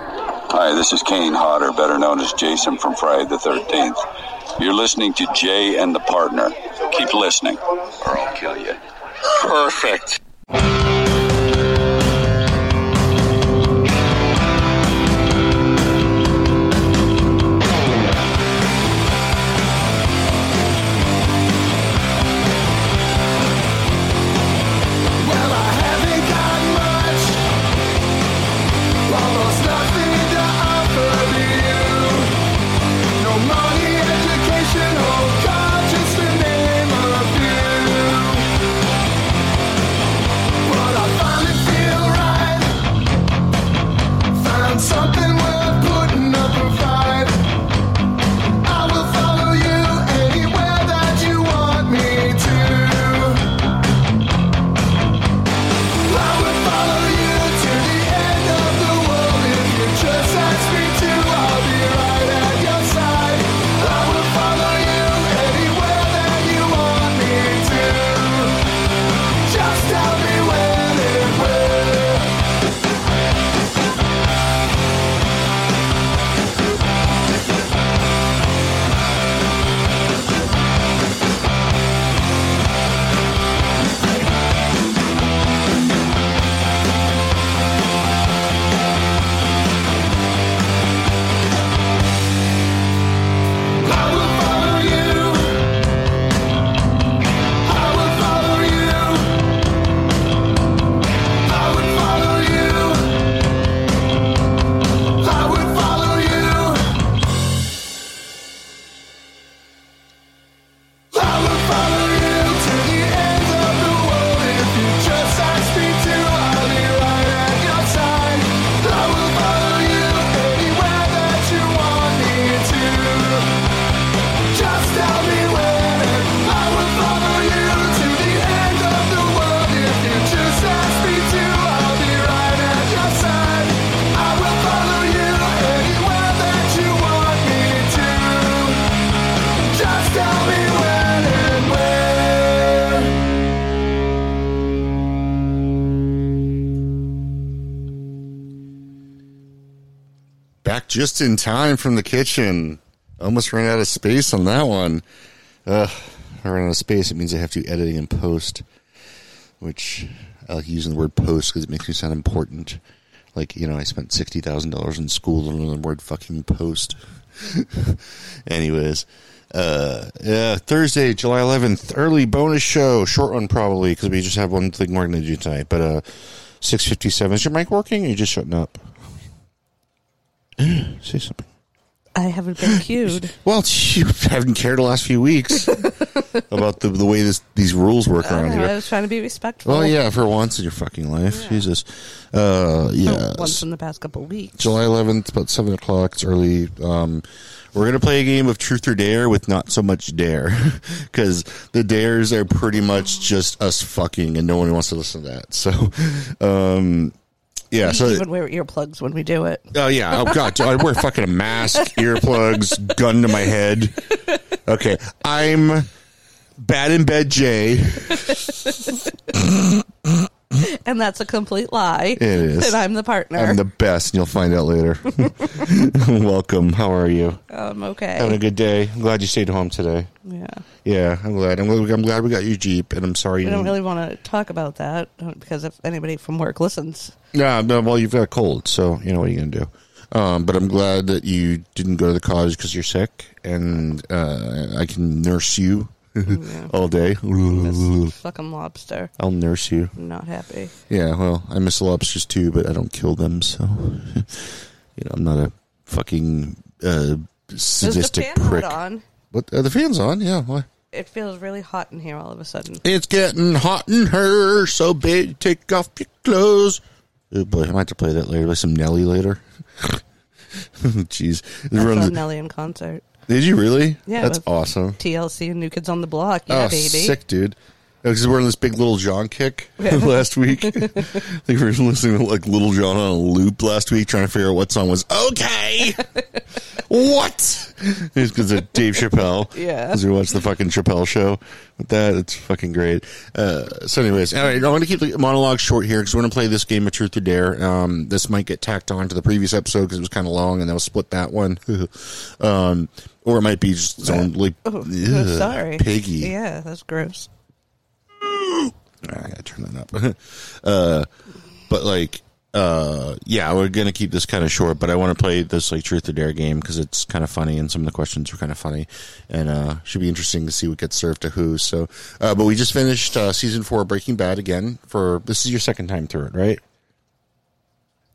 Hi, this is Kane Hodder, better known as Jason from Friday the 13th. You're listening to Jay and the Partner. Keep listening, or I'll kill you. Perfect. Well, I haven't got much, almost nothing to offer you. No money, education, or God, just the name of you. But I finally feel right. Found something worth putting up a fight. I will follow you anywhere that you want me to. I would follow you to the end of the world if you just ask me to. I'll be right at your side. I would follow you anywhere that you want me to. Just tell me when and where. I will follow you. I will follow you. I would follow you. I would follow you. I would follow you to the end of the world if you just ask me to. I'll be right at your side. I will follow you anywhere that you want me to. Just tell me when I will follow you to the end of the world if you just ask me to. I'll be right at your side. I will follow you anywhere that you want me to. Just tell me when and where. Back just in time from the kitchen. Almost ran out of space on that one. Ugh, I ran out of space. It means I have to do editing and post, which I like using the word post because it makes me sound important. Like, you know, I spent $60,000 in school learning the word fucking post. Anyways, uh, yeah, Thursday, July 11th, early bonus show. Short one probably because we just have one thing we're going to do tonight. But uh, 6.57. Is your mic working or you just shutting up? Say something. I haven't been cued. Well, you haven't cared the last few weeks about the the way this, these rules work I, around know, I here. was trying to be respectful. Well, yeah, for once in your fucking life, Jesus. Uh, yeah, Oh, Once in the past couple weeks. July 11th, about seven o'clock. It's early. Um, we're gonna play a game of truth or dare with not so much dare, because the dares are pretty much just us fucking, and no one wants to listen to that. So, um, yeah. we So even wear earplugs when we do it. Oh yeah. Oh god. I wear fucking a mask, earplugs, gun to my head. Okay, I'm bad in bed, Jay. And that's a complete lie. It is. And I'm the partner. I'm the best, and you'll find out later. Welcome. How are you? Um, okay. Having a good day. I'm glad you stayed home today. yeah. Yeah, I'm glad. I'm glad, I'm glad we got your jeep, and I'm sorry. We you don't didn't- really want to talk about that uh, because if anybody from work listens, Yeah, no, well, you've got a cold, so you know what are you gonna do. Um, but I'm glad that you didn't go to the college because you're sick, and uh, I can nurse you Mm, all day. this fucking lobster. I'll nurse you. I'm not happy. Yeah, well, I miss lobsters too, but I don't kill them, so you know I'm not a fucking uh, Is the sadistic fan prick. not on? What uh, the fan's on? Yeah, why? It feels really hot in here all of a sudden. It's getting hot in here, so baby, take off your clothes. Oh boy, I might have to play that later. Play some Nelly later. Jeez, I saw Everyone's- Nelly in concert. did you really? Yeah, that's with awesome. TLC and New Kids on the Block. Yeah, oh, baby. sick, dude. because we're on this big Little John kick last week. I think we were listening to like Little John on a loop last week, trying to figure out what song was okay. what? It's because of Dave Chappelle. Yeah. because we watched the fucking Chappelle show with that. It's fucking great. Uh, so, anyways, all right. I want to keep the monologue short here because we're gonna play this game of Truth or Dare. Um, this might get tacked on to the previous episode because it was kind of long, and then we'll split that one. um, or it might be just its own like. Oh, ugh, sorry. piggy. Yeah, that's gross. All right, I gotta turn that up. uh, but like, uh, yeah, we're gonna keep this kind of short. But I want to play this like truth or dare game because it's kind of funny, and some of the questions were kind of funny, and uh, should be interesting to see what gets served to who. So, uh, but we just finished uh, season four of Breaking Bad again. For this is your second time through it, right?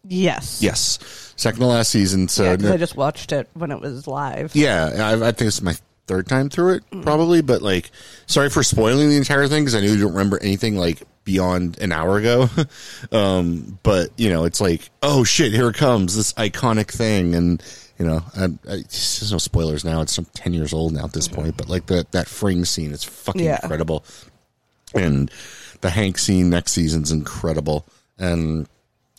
Yes. Yes, second to last season. So Yeah, 'cause no- I just watched it when it was live. Yeah, I, I think it's my third time through it, probably. But like, sorry for spoiling the entire thing because I knew you don't remember anything like beyond an hour ago. um, but you know, it's like, oh shit, here it comes this iconic thing, and you know, I, I, there's no spoilers now. It's some ten years old now at this point. But like that that fring scene is fucking Yeah. incredible, and the Hank scene next season's incredible, and.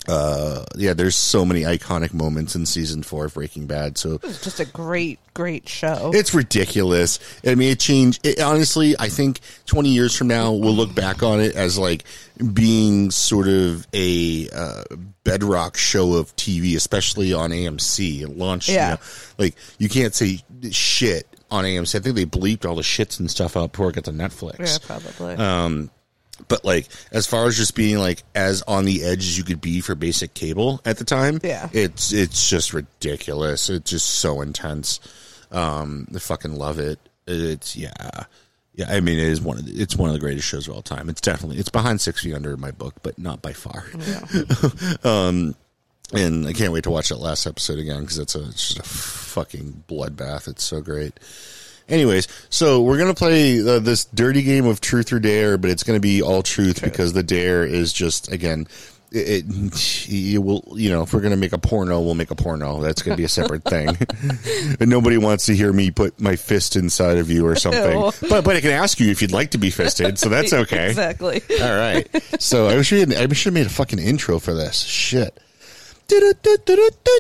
Uh, yeah, there's so many iconic moments in season four of Breaking Bad. So It's just a great, great show. it's ridiculous. I mean, it changed. It, honestly, I think 20 years from now, we'll look back on it as like being sort of a uh, bedrock show of TV, especially on AMC. It launched, you Yeah. know, like you can't say shit on AMC. I think they bleeped all the shits and stuff out before it got to Netflix yeah, probably. Oh, but like as far as just being like as on the edge as you could be for basic cable at the time Yeah. it's it's just ridiculous it's just so intense um i fucking love it it's yeah yeah i mean it is one of the, it's one of the greatest shows of all time it's definitely it's behind six feet under in my book but not by far and I can't wait to watch that last episode again because it's a it's just a fucking bloodbath. It's so great. Anyways, so we're gonna play uh, this dirty game of truth or dare, but it's gonna be all truth because the dare is just again. It, it you will you know if we're gonna make a porno we'll make a porno that's gonna be a separate thing and nobody wants to hear me put my fist inside of you or something Ew. but but I can ask you if you'd like to be fisted so that's okay Exactly. all right. So I wish we had, I should have made a fucking intro for this. Shit. Du-du-du-du-du-du.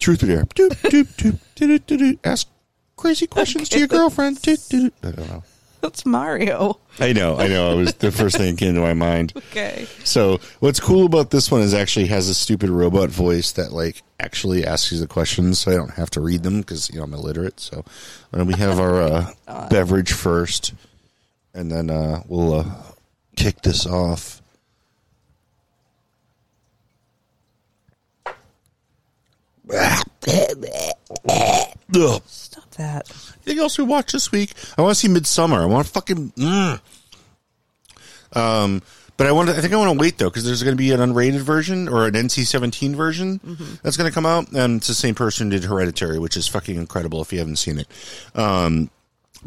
Truth or dare. Doop, doop, doop, du-du-du-du. Ask crazy questions to your girlfriend. Du-du-du. I don't know. That's Mario. I know. I know. It was the first thing that came to my mind. Okay. So what's cool about this one is actually has a stupid robot voice that like actually asks you the questions, so I don't have to read them because you know I'm illiterate. So uh, we have our uh, beverage first, and then uh, we'll uh, kick this off. Ugh. Stop that. Anything else we watched this week? I want to see Midsummer. I want to fucking. Mm. Um, but I want. To, I think I want to wait though because there's going to be an unrated version or an NC-17 version that's going to come out, and it's the same person who did Hereditary, which is fucking incredible if you haven't seen it. Um,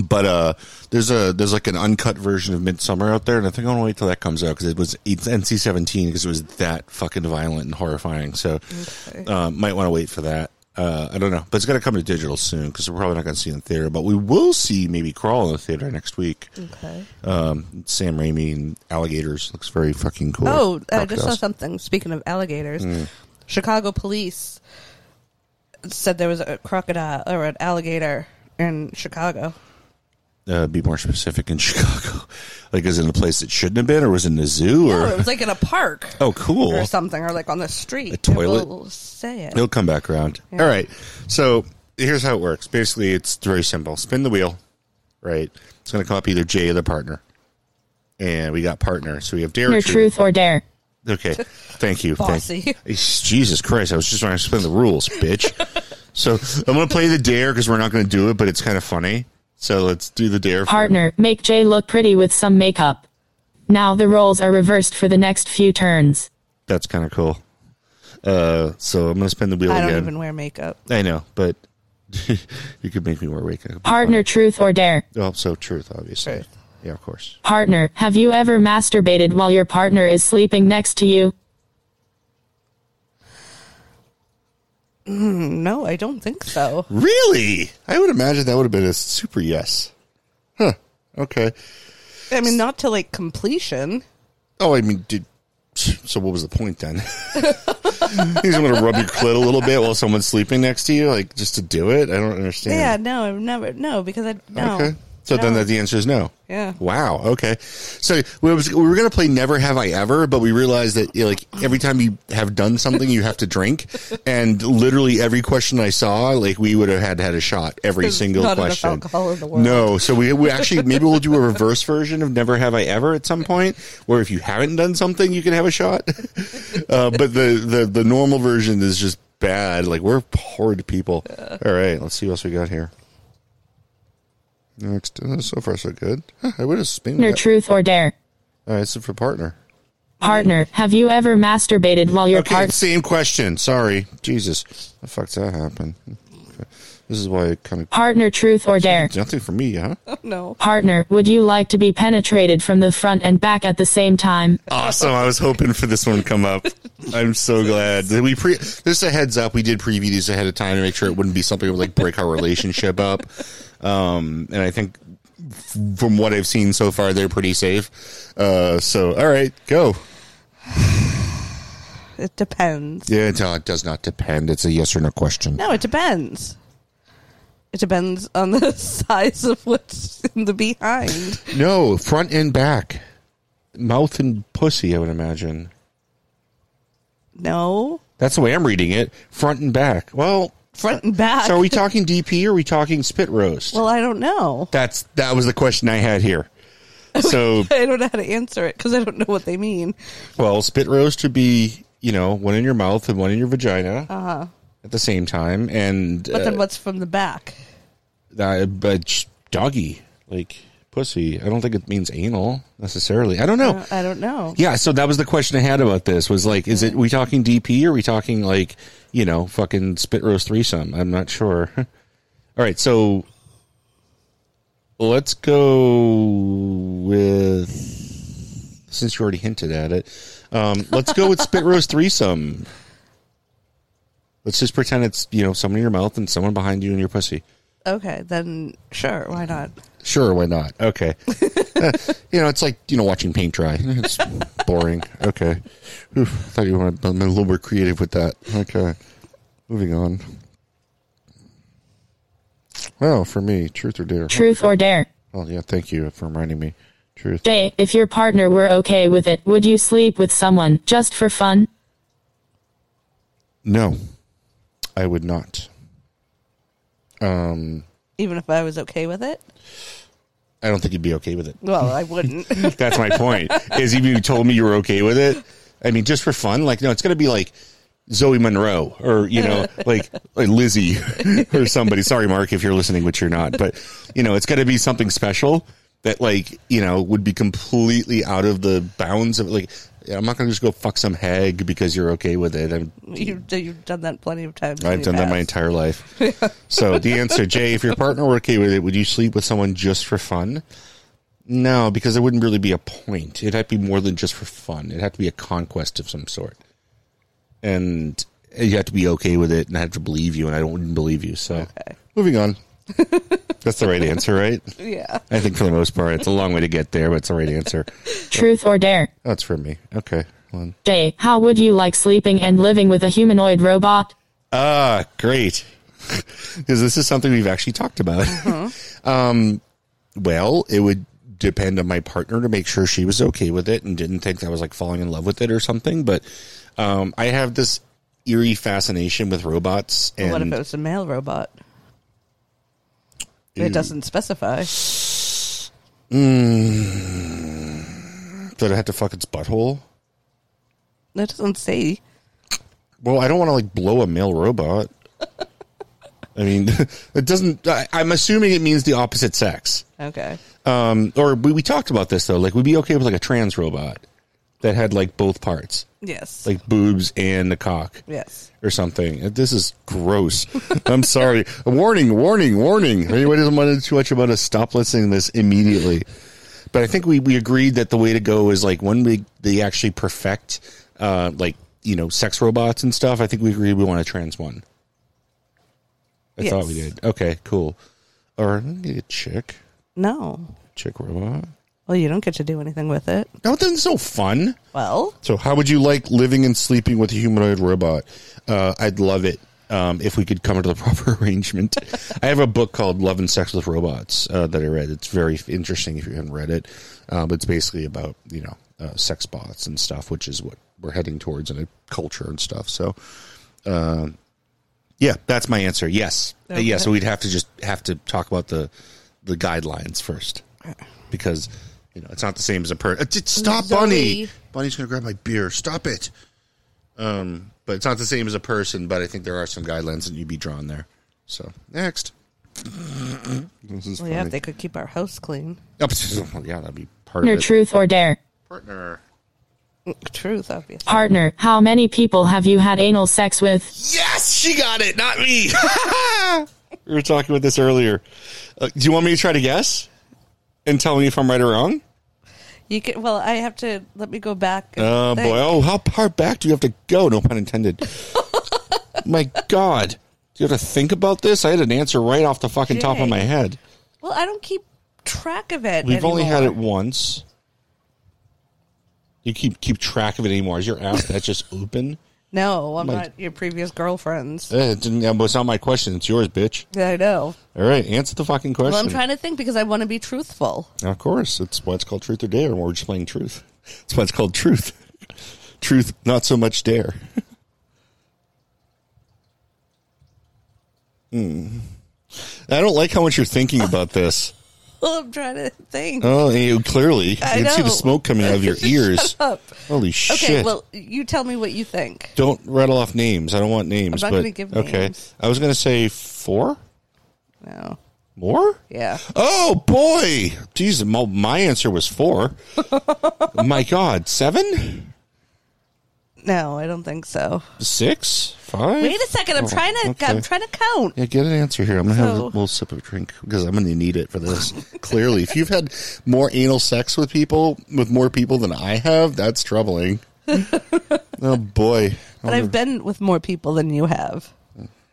but uh, there's a there's like an uncut version of Midsummer out there, and I think I want to wait till that comes out because it was it's NC-17 because it was that fucking violent and horrifying. So uh, might want to wait for that. Uh, I don't know, but it's going to come to digital soon because we're probably not going to see it in theater, but we will see maybe Crawl in the theater next week. Okay. Um, Sam Raimi and alligators looks very fucking cool. Oh, I just saw Crocodiles. something. Speaking of alligators, Hmm. Chicago police said there was a crocodile or an alligator in Chicago. Uh, be more specific in Chicago. Like, is it in a place it shouldn't have been, or was it in a zoo? Or No, it was like in a park oh, cool. or something, or like on the street. A toilet? It will say it. It'll come back around. All right. So here's how it works. Basically, it's very simple. Spin the wheel. Right. It's going to come up either Jay or the partner, and we got partner. So we have Dare or Your Truth. truth or dare. Okay. Thank you. Thank- Bossy. Jesus Christ. I was just trying to explain the rules, bitch. so I'm going to play the dare because we're not going to do it, but it's kind of funny. So let's do the dare. for- Partner, make Jay look pretty with some makeup. Now the roles are reversed for the next few turns. That's kind of cool. Uh, so I'm going to spin the wheel I don't again. even wear makeup. I know, but you could make me more awake. Partner, truth or dare. Oh, so truth, obviously. Truth. Yeah, of course. Partner, have you ever masturbated while your partner is sleeping next to you? No, I don't think so. Really? I would imagine that would have been a super yes. Huh. Okay. I mean, not to like completion. Oh, I mean, did so? What was the point then? He's going to rub your clit a little bit while someone's sleeping next to you, like just to do it. I don't understand. Yeah, no, I've never. No, because I no. Okay. So then No. that the answer is no. Yeah. Wow. Okay. So we, was, we were going to play Never Have I Ever, but we realized that you know, like every time you have done something, you have to drink, and literally every question I saw, like we would have had had a shot every There's single not enough question. alcohol in the world. No. So we, we actually maybe we'll do a reverse version of Never Have I Ever at some point, where if you haven't done something, you can have a shot. Uh, but the, the the normal version is just bad. Like we're horrid people. All right. Let's see what else we got here. Next, uh, so far so good. Huh, I would have spin. Partner, truth or dare. All right, so for partner. Partner, have you ever masturbated while your Okay, partner? same question. Sorry, Jesus, the fuck's that happen? Okay. This is why it kind of Partner, truth or dare. nothing for me, huh? No. Partner, would you like to be penetrated from the front and back at the same time? Awesome. I was hoping for this one to come up. I'm so glad that we pre. This is a heads up. We did preview these ahead of time to make sure it wouldn't be something that would like break our relationship up. Um, and I think f- from what I've seen so far, they're pretty safe. Uh, so all right, go. It depends. Yeah, no, it does not depend. It's a yes or no question. No, it depends. It depends on the size of what's in the behind. No, front and back. Mouth and pussy, I would imagine. No. That's the way I'm reading it. Front and back. Well, Front and back. so are we talking DP or are we talking spit roast? well, I don't know. That's that was the question I had here. So, I don't know how to answer it because I don't know what they mean. well, spit roast would be, you know, one in your mouth and one in your vagina at the same time. And Uh-huh. But then uh, what's from the back? uh, but sh- doggy, like pussy. I don't think it means anal necessarily. I don't know. Uh, I don't know. Yeah, so that was the question I had about this was like, is it we talking DP or we talking like, you know, fucking spit roast threesome? I'm not sure. All right, so let's go with since you already hinted at it, um, let's go with spit roast threesome. Let's just pretend it's you know someone in your mouth and someone behind you and your pussy. Okay, then sure, why not? Sure, why not? Okay. Uh, you know, it's like, you know, watching paint dry. It's boring. Okay. Oof, I thought you were a little more creative with that. Okay. Moving on. Well, for me, truth or dare? Truth or dare. Oh, yeah. Thank you for reminding me. Truth. Jay, if your partner were okay with it, would you sleep with someone just for fun? No, I would not. Even if I was okay with it? I don't think you'd be okay with it. Well, I wouldn't. That's my point. Is even if you told me you were okay with it, I mean, just for fun, like no, it's gonna be like Zoe Monroe or you know, like, like Lizzie or somebody. Sorry, Mark, if you're listening, which you're not, but you know, it's gonna be something special that like you know would be completely out of the bounds of like. I'm not gonna just go fuck some hag because you're okay with it. I'm, you, you've done that plenty of times. in I've the done that my past. entire life. so the answer, Jay, if your partner were okay with it, would you sleep with someone just for fun? No, because there wouldn't really be a point. It'd have to be more than just for fun. It'd have to be a conquest of some sort, and you have to be okay with it, and I have to believe you, and I wouldn't believe you. So, moving on. That's the right answer, right? Yeah. I think for the most part, it's a long way to get there, but it's the right answer. Truth or dare. That's for me. Okay. Well, Jay, how would you like sleeping and living with a humanoid robot? Ah, great. Because this is something we've actually talked about. Uh-huh. um, well, it would depend on my partner to make sure she was okay with it and didn't think I was like falling in love with it or something. But um, I have this eerie fascination with robots. And what if it was a male robot? Ew. It doesn't specify. Did I have to fuck its butthole? It doesn't say. Well, I don't want to like blow a male robot. I mean, it doesn't. I, I'm assuming it means the opposite sex. Okay. um, or we, we talked about this though. Like, we'd be okay with like a trans robot that had like both parts, Yes. like boobs and the cock yes. or something. Uh, This is gross. I'm sorry. Warning, warning, warning. If Anybody doesn't want to too much about us, stop listening to this immediately. But I think we, we agreed that the way to go is like when we they actually perfect uh like you know sex robots and stuff. I think we agreed we want a trans one. I thought we Yes. did. Okay, cool. Or I'm gonna get a chick, No. chick robot. Well, you don't get to do anything with it. Now that's so fun. Well, So, how would you like living and sleeping with a humanoid robot? Uh, I'd love it um, if we could come to the proper arrangement. I have a book called Love and Sex with Robots uh, that I read. It's very interesting if you haven't read it. Um, it's basically about you know uh, sex bots and stuff, which is what we're heading towards in a culture and stuff. So, um, yeah, that's my answer. Yes, Uh, yeah. Okay. So we'd have to just have to talk about the the guidelines first because. You know, it's not the same as a per. It's- it's- Stop, Zoe. Bunny. Bunny's gonna grab my beer. Stop it. Um, but it's not the same as a person. But I think there are some guidelines that you'd be drawn there. So next, this is well yeah, if they could keep our house clean. Oh, yeah, that'd be part Partner, of it. truth or dare. Partner. Mm, Truth, obviously. Partner, how many people have you had anal sex with? Yes, she got it. Not me. we were talking about this earlier. Uh, do you want me to try to guess and tell me if I'm right or wrong? You can. Well, I have to let me go back. and Oh think. boy! Oh, how far back do you have to go? No pun intended. my God, do you have to think about this? I had an answer right off the fucking top of my Jay. head. Well, I don't keep track of it. We've only had it anymore. once. You keep keep track of it anymore? Is your ass that just open? No, I'm My- not your previous girlfriends. Eh, it didn't, it's not my question. It's yours, bitch. Yeah, I know. All right, answer the fucking question. Well, I'm trying to think because I want to be truthful. Of course, that's why it's called Truth or Dare. We're just playing Truth. That's why it's called Truth. Truth, not so much Dare. Hmm. I don't like how much you're thinking about this. Well, I'm trying to think. Oh, you, clearly, I you can see the know. smoke coming out of your ears. Up. Holy Okay, shit! well, you tell me what you think. don't rattle off names. I don't want names. I'm not but gonna give okay, names. I was going to say four No. more. Yeah. Oh boy, Jesus! My, my answer was four. my God, seven. No, I don't think so. Six, five. Wait a second. I'm Oh, trying to. okay. I'm trying to count. Yeah, get an answer here. I'm gonna have a So- little sip of a drink because I'm gonna need it for this. Clearly, if you've had more anal sex with people, with more people than I have, that's troubling. oh boy, But I've been with more people than you have.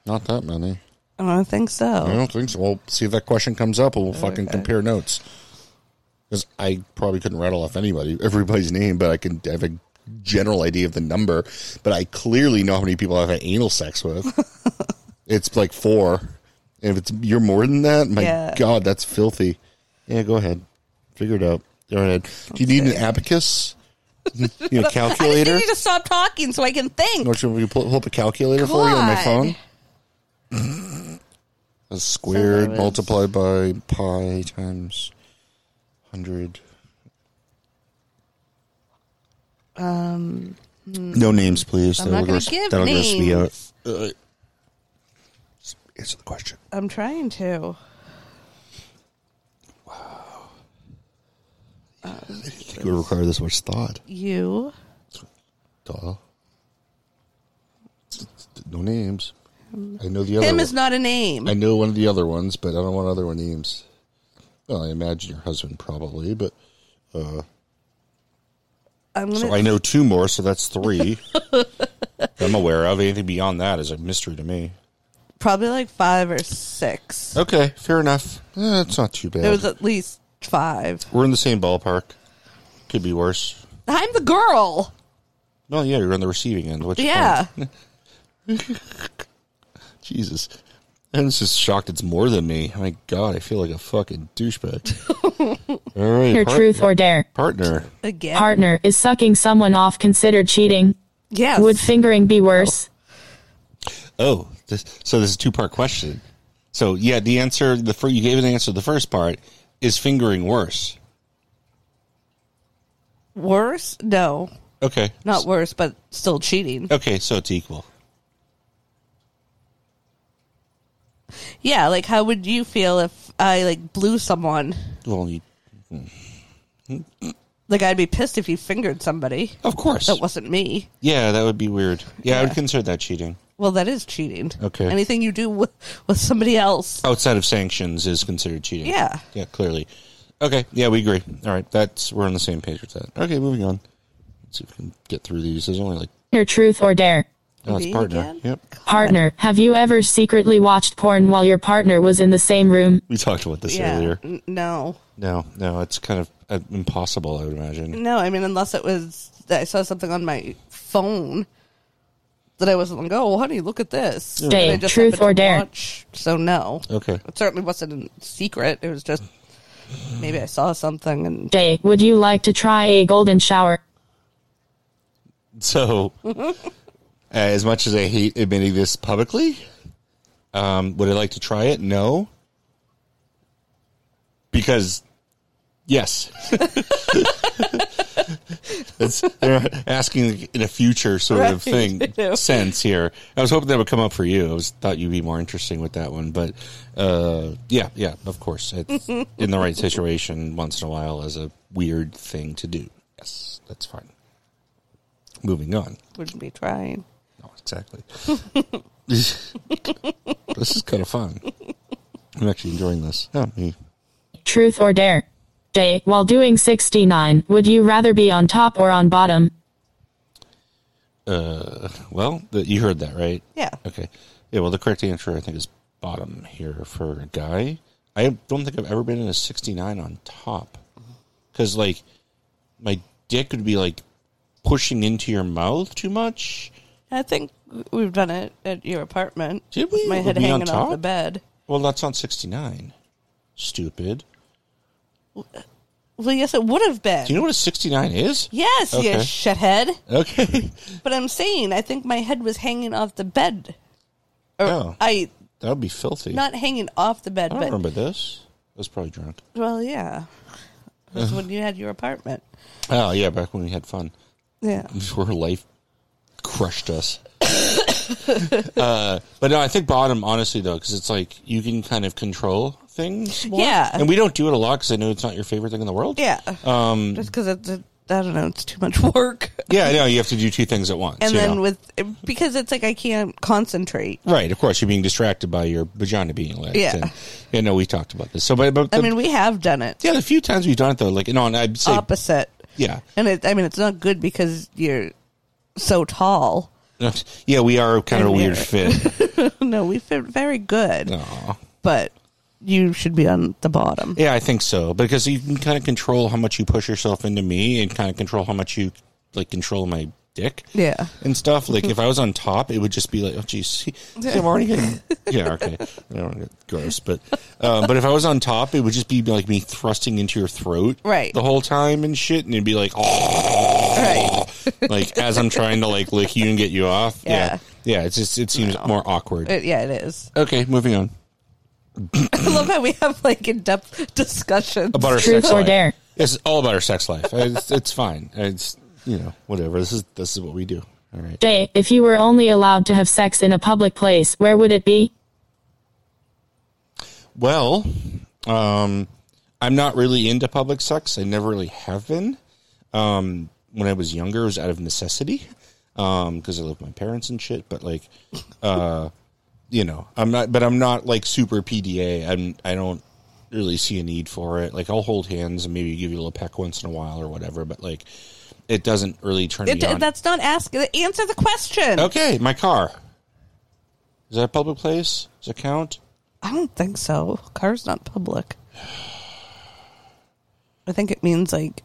not that many. I don't think so. I don't think so. We'll see if that question comes up, and we'll fucking compare notes. Because I probably couldn't rattle off anybody, everybody's name, but I can have a general idea of the number. But I clearly know how many people I've had anal sex with. it's like four. And if it's you're more than that, my Yeah. god, that's filthy. Yeah, go ahead, figure it out. Go ahead. Do you need an abacus? you know, a I just calculator? need you to stop talking so I can think. Or should we pull, pull up a calculator for you on my God. phone? A squared Seven. multiplied by pi times 100. Um, no names, please. I'm not going gross- to give that'll gross me out. names. Answer the question. I'm trying to. I didn't think it would require this much thought. You Duh. No names. I know the other him one. is not a name. I know one of the other ones, but I don't want other one names. Well, I imagine your husband probably, but I'm gonna. so I know two more, so that's three that I'm aware of. Anything beyond that is a mystery to me. probably like five or six. Okay, fair enough. Eh, it's not too bad. There was at least five. We're in the same ballpark. Could be worse. I'm the girl. No, yeah, you're on the receiving end. Which Yeah. Jesus. I'm just shocked it's more than me. My God, I feel like a fucking douchebag. All right, Partner, part- truth or dare. partner. Again. Partner, is sucking someone off considered cheating? Yes. Would fingering be worse? Oh, this, so this is a two part question. So yeah, the answer the fir- you gave an answer to the first part is fingering worse. worse? No. Okay, Not worse, but still cheating. okay, so it's equal. Yeah, like how would you feel if I like blew someone? Well, you, Like I'd be pissed if you fingered somebody. of course. That wasn't me. yeah, that would be weird. Yeah, I would Yeah. consider that cheating. Well, that is cheating. Okay. Anything you do with, with somebody else. Outside of sanctions is considered cheating. Yeah. yeah, clearly. Okay, yeah, we agree. All right, that's we're on the same page with that. Okay, moving on. Let's see if we can get through these. There's only like Partner, truth or dare. No, it's Be partner. again? Yep. Partner, have you ever secretly watched porn while your partner was in the same room? We talked about this Yeah. earlier. N- no. No, no, it's kind of uh, impossible, I would imagine. No, I mean, unless it was that I saw something on my phone that I wasn't like, oh, honey, look at this. And I Dave, truth happened or to dare? watch, so no. Okay. It certainly wasn't a secret. It was just maybe I saw something and Jay, would you like to try a golden shower? So, Uh, as much as I hate admitting this publicly, um, would I like to try it? No. Because, yes. it's, they're asking in a future sort of Right, thing I know. sense here. I was hoping that would come up for you. I was thought you'd be more interesting with that one, but uh, yeah, yeah, of course, it's in the right situation once in a while as a weird thing to do. Yes, that's fine. Moving on. wouldn't be trying. No, exactly. this is kind of fun. I'm actually enjoying this. Oh, me. Truth or dare? Jay, while doing 69, would you rather be on top or on bottom? Well, the, you heard that, right? Yeah. Okay. Yeah, well, the correct answer, I think, is bottom here for a guy. I don't think I've ever been in a 69 on top. Because, like, my dick would be, like, pushing into your mouth too much. I think we've done it at your apartment. Did we? My With head me on hanging off the top? bed. Well, that's on 69. Stupid. Well, yes, it would have been. Do you know what a 69 is? yes, you Okay. shithead. Okay. But I'm saying, I think my head was hanging off the bed. Or Oh. I that would be filthy. not hanging off the bed, I don't but remember this. I was probably drunk. well, yeah, that's when you had your apartment. Oh yeah, back when we had fun Yeah, before life crushed us. uh, but no, I think bottom honestly though, because it's like you can kind of control things. More. Yeah. and we don't do it a lot because I know it's not your favorite thing in the world. yeah. Um, just because it's, it, I don't know, it's too much work. yeah, I know you have to do two things at once. And you then know. with because it's like I can't concentrate. right, of course, you're being distracted by your vagina being licked. Yeah. and, you know we talked about this. So, but, but I the- mean, we have done it yeah, the few times we've done it though, like no, and I'd say opposite, yeah, and it. I mean, it's not good because you're so tall. yeah, we are kind of a And we weird are- fit. no, we fit very good, Aw. but you should be on the bottom. Yeah, I think so because you can kind of control how much you push yourself into me, and kind of control how much you like control my dick. Yeah. Mm-hmm. and stuff. Like if I was on top, it would just be like, oh geez, see, see, I'm already getting yeah, okay, I don't wanna get gross, but um, but if I was on top, it would just be like me thrusting into your throat Right. the whole time and shit, and it'd be like oh, Right. like as I'm trying to like lick you and get you off. Yeah. yeah, it's just it seems more awkward. It, yeah, it is. okay, moving on. I love how we have like in-depth discussions. about our Truth sex or life. dare? It's all about our sex life. It's, it's fine. It's you know whatever. This is this is what we do. All right. Jay, if you were only allowed to have sex in a public place, where would it be? Well, um, I'm not really into public sex. I never really have been. Um, when I was younger, it was out of necessity because I lived with my parents and shit. But like, uh, you know, I'm not. But I'm not like super PDA. I'm. I don't really see a need for it. Like, I'll hold hands and maybe give you a little peck once in a while or whatever. But like, it doesn't really turn It, me on. that's not asking. Answer the question. Okay, my car. Is that a public place? Does it count? I don't think so. Car's not public. I think it means like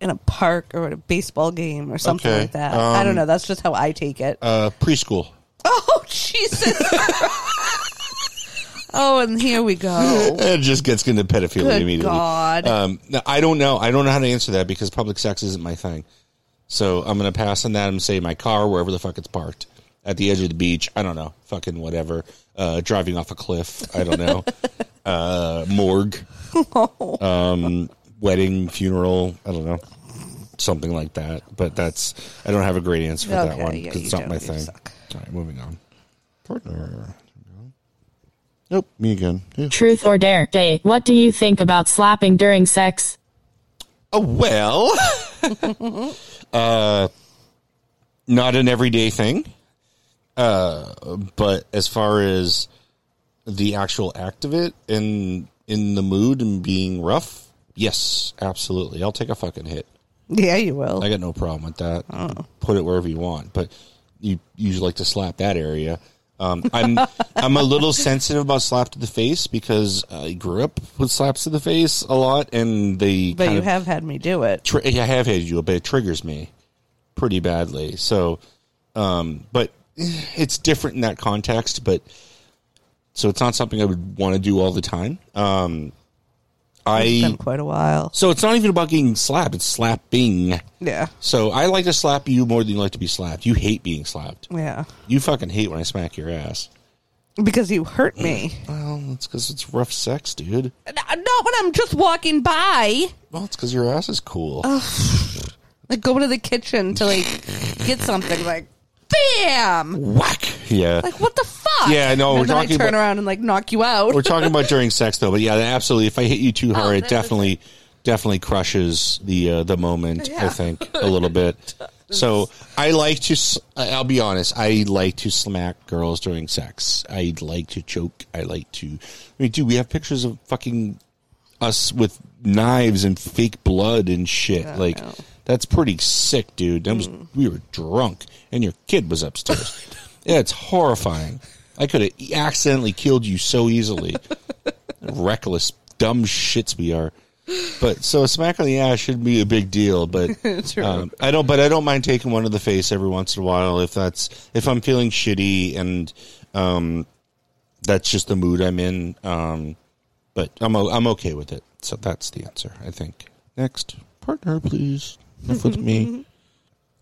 in a park or at a baseball game or something Okay, um, like that. I don't know. That's just how I take it. Uh, preschool. oh Jesus! oh, and here we go. It just gets into pedophilia Good immediately. God. Um, no, I don't know. I don't know how to answer that because public sex isn't my thing. So I'm going to pass on that and say my car, wherever the fuck it's parked, at the edge of the beach. I don't know. Fucking whatever. Uh, driving off a cliff. I don't know. uh, morgue. Um, wedding, funeral. I don't know. Something like that. But that's, I don't have a great answer for that Okay, one yeah, because you it's not don't. my You thing. suck. All right, moving on. Partner. Nope, me again. Yeah. Truth or dare? Jay, what do you think about slapping during sex? Oh, well, uh, not an everyday thing. Uh, but as far as the actual act of it and in the mood and being rough, yes, absolutely. I'll take a fucking hit. Yeah, you will. Oh. I got no problem with that. Put it wherever you want, but you usually like to slap that area. Um, I'm I'm a little sensitive about slap to the face because I grew up with slaps to the face a lot, and they. But kind you of- have had me do it. tri- I have hated you, but it triggers me pretty badly. So, um, but it's different in that context. But so it's not something I would want to do all the time. Um, It's been I quite a while. so it's not even about getting slapped; it's slapping. Yeah. So I like to slap you more than you like to be slapped. You hate being slapped. Yeah. You fucking hate when I smack your ass. Because you hurt me. Well, that's because it's rough sex, dude. N- Not when I'm just walking by. Well, it's because your ass is cool. Like go to the kitchen to like get something like bam. Whack. Yeah. Like what the fuck? Yeah, no, And we're then I talking turn about- around and like knock you out. We're talking about during sex, though. But yeah, absolutely. If I hit you too hard, it Oh, that definitely, definitely crushes the uh, the moment. I Yeah. think a little bit. So I like to. s- I- I'll be honest. I like to smack girls during sex. I like to choke. I like to. I mean, dude, we have pictures of fucking us with knives and fake blood and shit. like know. that's pretty sick, dude. That was, Hmm. We were drunk, and your kid was upstairs. yeah, it's horrifying. I could have accidentally killed you so easily. Reckless, dumb shits we are. But so a smack on the ass shouldn't be a big deal. But um, I don't. But I don't mind taking one to the face every once in a while if that's if I'm feeling shitty and um, that's just the mood I'm in. Um, but I'm o- I'm okay with it. So that's the answer, I think. Next partner, please. Enough with me.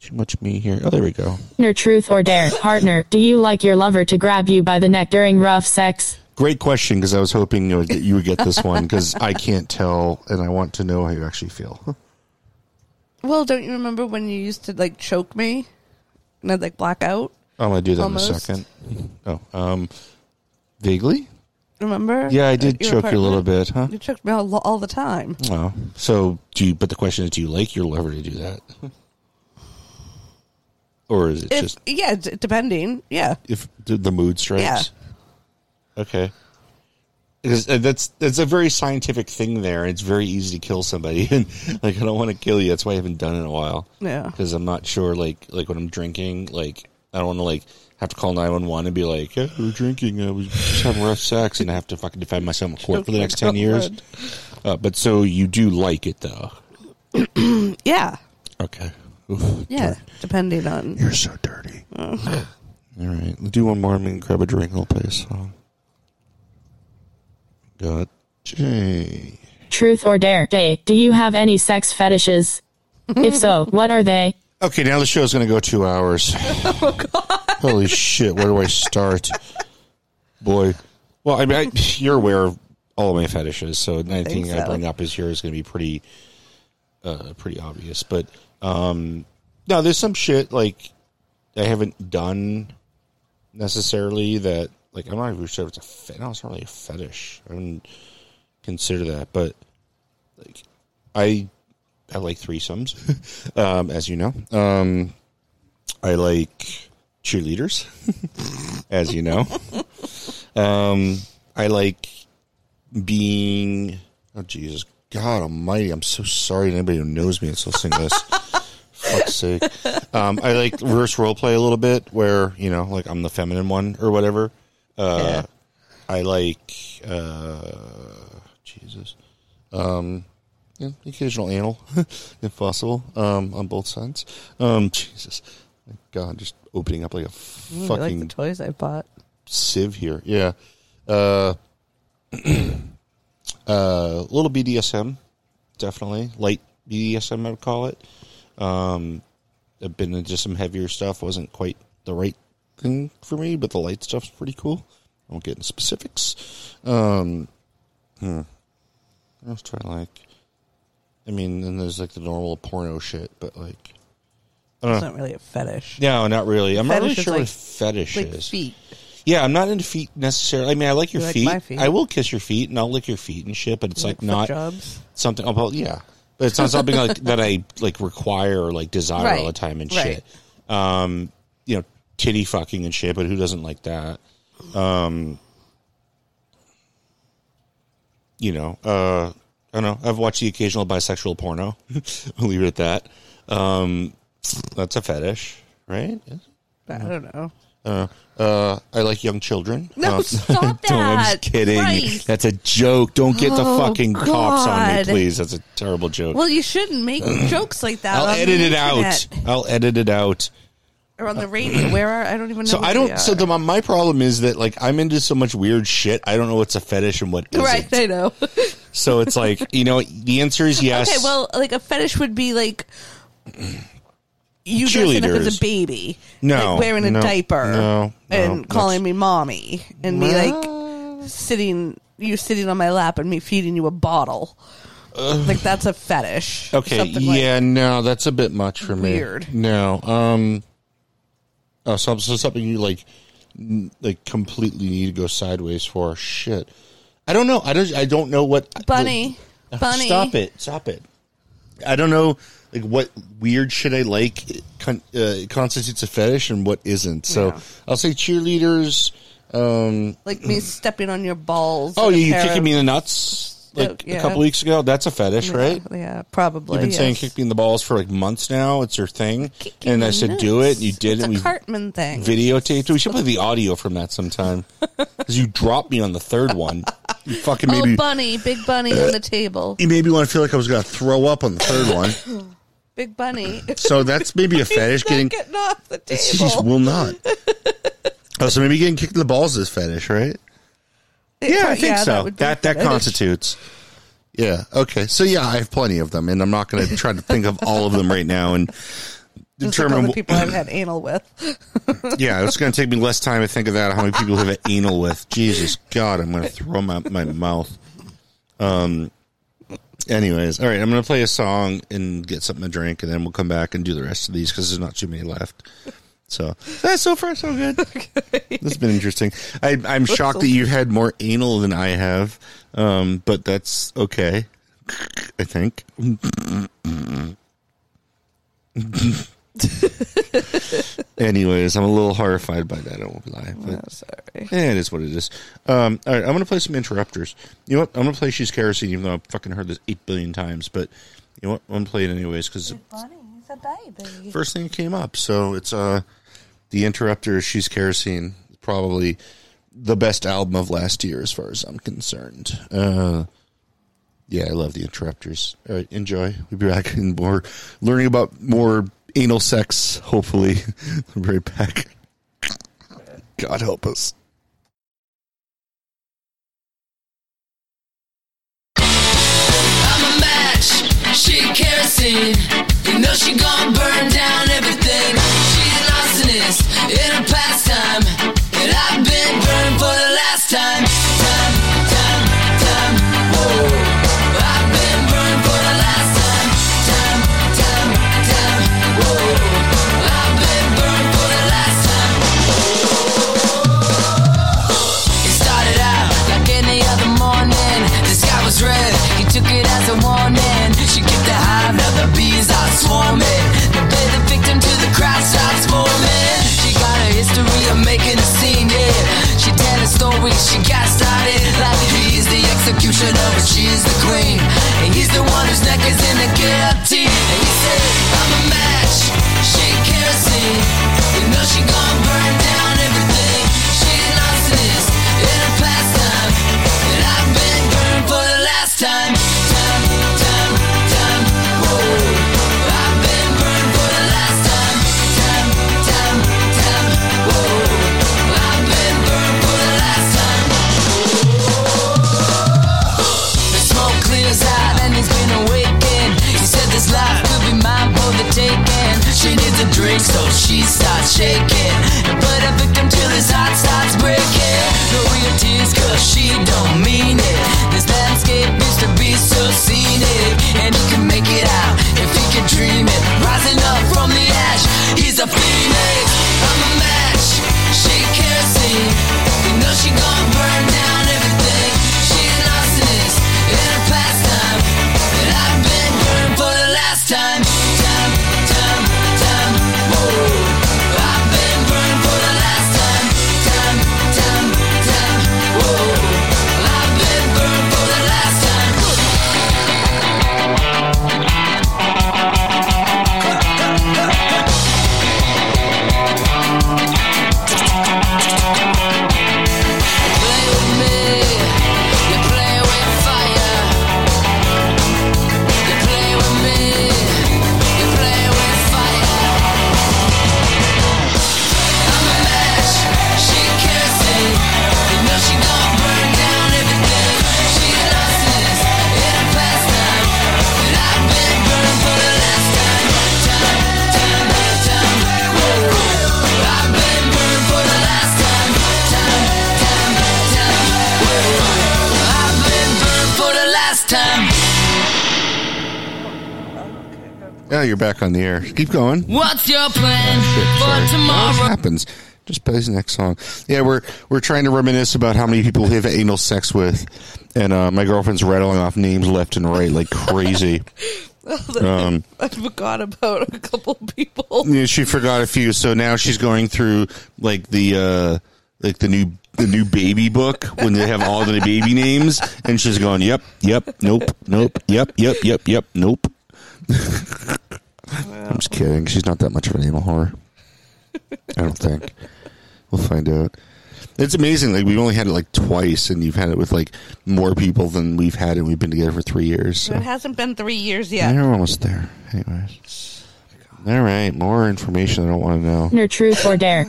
Too much me here. Oh, there we go. Partner, truth or dare? Partner, do you like your lover to grab you by the neck during rough sex? Great question, because I was hoping you would get, you would get this one, because I can't tell, and I want to know how you actually feel. well, don't you remember when you used to like choke me? And I'd like black out? I'm gonna do that in a Almost. second. Oh, um, vaguely. Remember? Yeah, I did At your choke you a little apartment? bit, huh? You choked me all, all the time. Well, so do you? But the question is, do you like your lover to do that, or is it If, just yeah, d- depending. Yeah. if the, the mood strikes? Yeah. Okay. Because uh, that's that's a very scientific thing there, and it's very easy to kill somebody. And like, I don't want to kill you. That's why I haven't done it in a while. Yeah. Because I'm not sure. Like, like when I'm drinking, like I don't want to like have to call nine one one and be like, "Yeah, we we're drinking. I was just having rough sex," and I have to fucking defend myself in court for the next ten years. Uh, but so you do like it though. Yeah. Okay. Oof, Yeah. dirt. Depending on You're so dirty. All right. Do one more and we can grab a drink. I'll play a song. Got Jay. Truth or dare? Day, do you have any sex fetishes? if so, what are they? Okay, now the show's going to go two hours. Oh, God. Holy shit. Where do I start? Boy. Well, I mean, I, you're aware of all of my fetishes, so anything I so. bring up is here is going to be pretty, uh, pretty obvious. But um, no, there's some shit like I haven't done necessarily that. Like, I'm not even sure if it's a fe- no, it's not really a fetish. I wouldn't consider that, but like, I I like threesomes, um, as you know. Um, I like cheerleaders, as you know. Um, I like being. Oh Jesus, God Almighty! I'm so sorry to anybody who knows me that's listening to this. Fuck's sake! Um, I like reverse role play a little bit, where you know, like I'm the feminine one or whatever. Uh, I like uh, Jesus Um, yeah, occasional anal, if possible, um, on both sides. Um, Jesus, my God, just opening up like a Ooh, I fucking like the toys I bought. sieve here. Yeah, uh, uh, little BDSM, definitely light BDSM. I would call it. Um, I've been into some heavier stuff. wasn't quite the right thing for me, but the light stuff's pretty cool. I won't get into specifics. Um, hmm. What else do I like? I mean, then there's like the normal porno shit, but like, It's not really a fetish. no, not really. I'm not really Fetish is sure what like- fetish Like is. feet. Yeah, I'm not into feet necessarily. I mean, I like your You like feet. my feet. I will kiss your feet and I'll lick your feet and shit, but it's like, foot not jobs. something. Oh, well, yeah, but it's not something like that I like require or like desire all Right, the time and right. shit. Um, you know, titty fucking and shit, but who doesn't like that? Um, you know, uh, I don't know. I've watched the occasional bisexual porno. I'll leave it at that. Um, that's a fetish, right? I don't know. Uh, uh, I like young children. No, Um, Uh, stop don't- I'm that. just kidding. Christ. That's a joke. Don't get the Oh, fucking cops on me, God. please. That's a terrible joke. Well, you shouldn't make jokes like that. I'll on the edit it out. internet I'll edit it out. or on the radio. Where are I don't even know. So where I we don't. So are. the, my- my problem is that like I'm into so much weird shit. I don't know what's a fetish and what isn't. right, I know. So it's like you know the answer is yes. Okay, well, like a fetish would be like you dressing up Cheerleaders. as a baby, No, like wearing a no, diaper, no, no, and that's- calling me mommy, and me like sitting you sitting on my lap and me feeding you a bottle. like that's a fetish. Okay. Something like- Yeah. no, that's a bit much for me. Weird. No. Um. Oh, so, so something you like, n- like completely need to go sideways for. Shit. I don't know. I don't. I don't know what bunny, bunny. Stop it. Stop it. I don't know. Like what weird shit I like con- uh, constitutes a fetish and what isn't. So Yeah. I'll say cheerleaders. um, Like me stepping on your balls. Mm. Oh, in a you pair kicking of- Oh, me in the nuts like Yeah. a couple weeks ago. That's a fetish, right? Yeah, yeah, probably. You've been saying yes. kick me in the balls for like months now. It's your thing. Kick you and in I the said, do it. nuts. And you did It's it. a We Cartman thing. videotaped it. We should play the audio from that sometime. Because you dropped me on the third one. You fucking made Oh, me. bunny, big bunny on the table, You made me want to feel like I was going to throw up on the third one. big bunny. So that's maybe a fetish. He's not Getting getting off the table. she just will not. Oh, so maybe getting kicked in the balls is fetish, right? Yeah, I think so. would be That, that fetish. constitutes. Yeah. Okay. So yeah, I have plenty of them, and I'm not going to try to think of all of them right now and Just like determine. all the wh- people I've had anal with. yeah, it's going to take me less time to think of that. How many people have had anal with? Jesus God, I'm going to throw my my mouth. Um. Anyways, all right. I'm going to play a song and get something to drink, and then we'll come back and do the rest of these because there's not too many left. So that's so far so good. That's been interesting. I, I'm shocked that you've had more anal than I have, um, but that's okay. I think. Anyways, I'm a little horrified by that. I won't lie, but Sorry. eh, it is what it is. Um, all right, I'm gonna play some interrupters. You know what? I'm gonna play "She's Kerosene," even though I've fucking heard this eight billion times. But you know what? I'm gonna play it anyways because Bunny's a baby. first thing that came up. So it's uh the interrupter. She's kerosene. Probably the best album of last year, as far as I'm concerned. Uh, yeah, I love the interrupters. All right, enjoy. We'll be back and more learning about more anal sex. Hopefully, I'll be right back. God help us. I'm a match, she kerosene. You know she gonna burn down everything. She an arsonist in her pastime, and I've been burned for the last time. Time, time, time, whoa. I've been burned for the last time. Time, time, time, whoa. I've been burned for the last time. It started out like any other morning. The sky was red, he took it as a warning. She kicked the hive, now the bees are swarming. They play the victim till the crowd stops forming. She got a history of making a Now you're back on the air. Keep going. What's your plan Sorry. for That tomorrow? happens. Just play the next song. Yeah, we're we're trying to reminisce about how many people we have anal sex with, and uh, my girlfriend's rattling off names left and right like crazy. Um, Uh. I forgot about a couple people. Yeah, she forgot a few, so now she's going through like the uh, like the new the new baby book when they have all the baby names, and she's going, "Yep, yep, nope, nope, yep, yep, yep, yep, nope." I'm just kidding. She's not that much of an anal whore. I don't think. We'll find out. It's amazing. Like we've only had it like twice, and you've had it with like more people than we've had, and we've been together for three years. So. It hasn't been three years Yeah, yet. You're almost there. Anyways. All right. More information I don't want to know. Partner, truth or dare.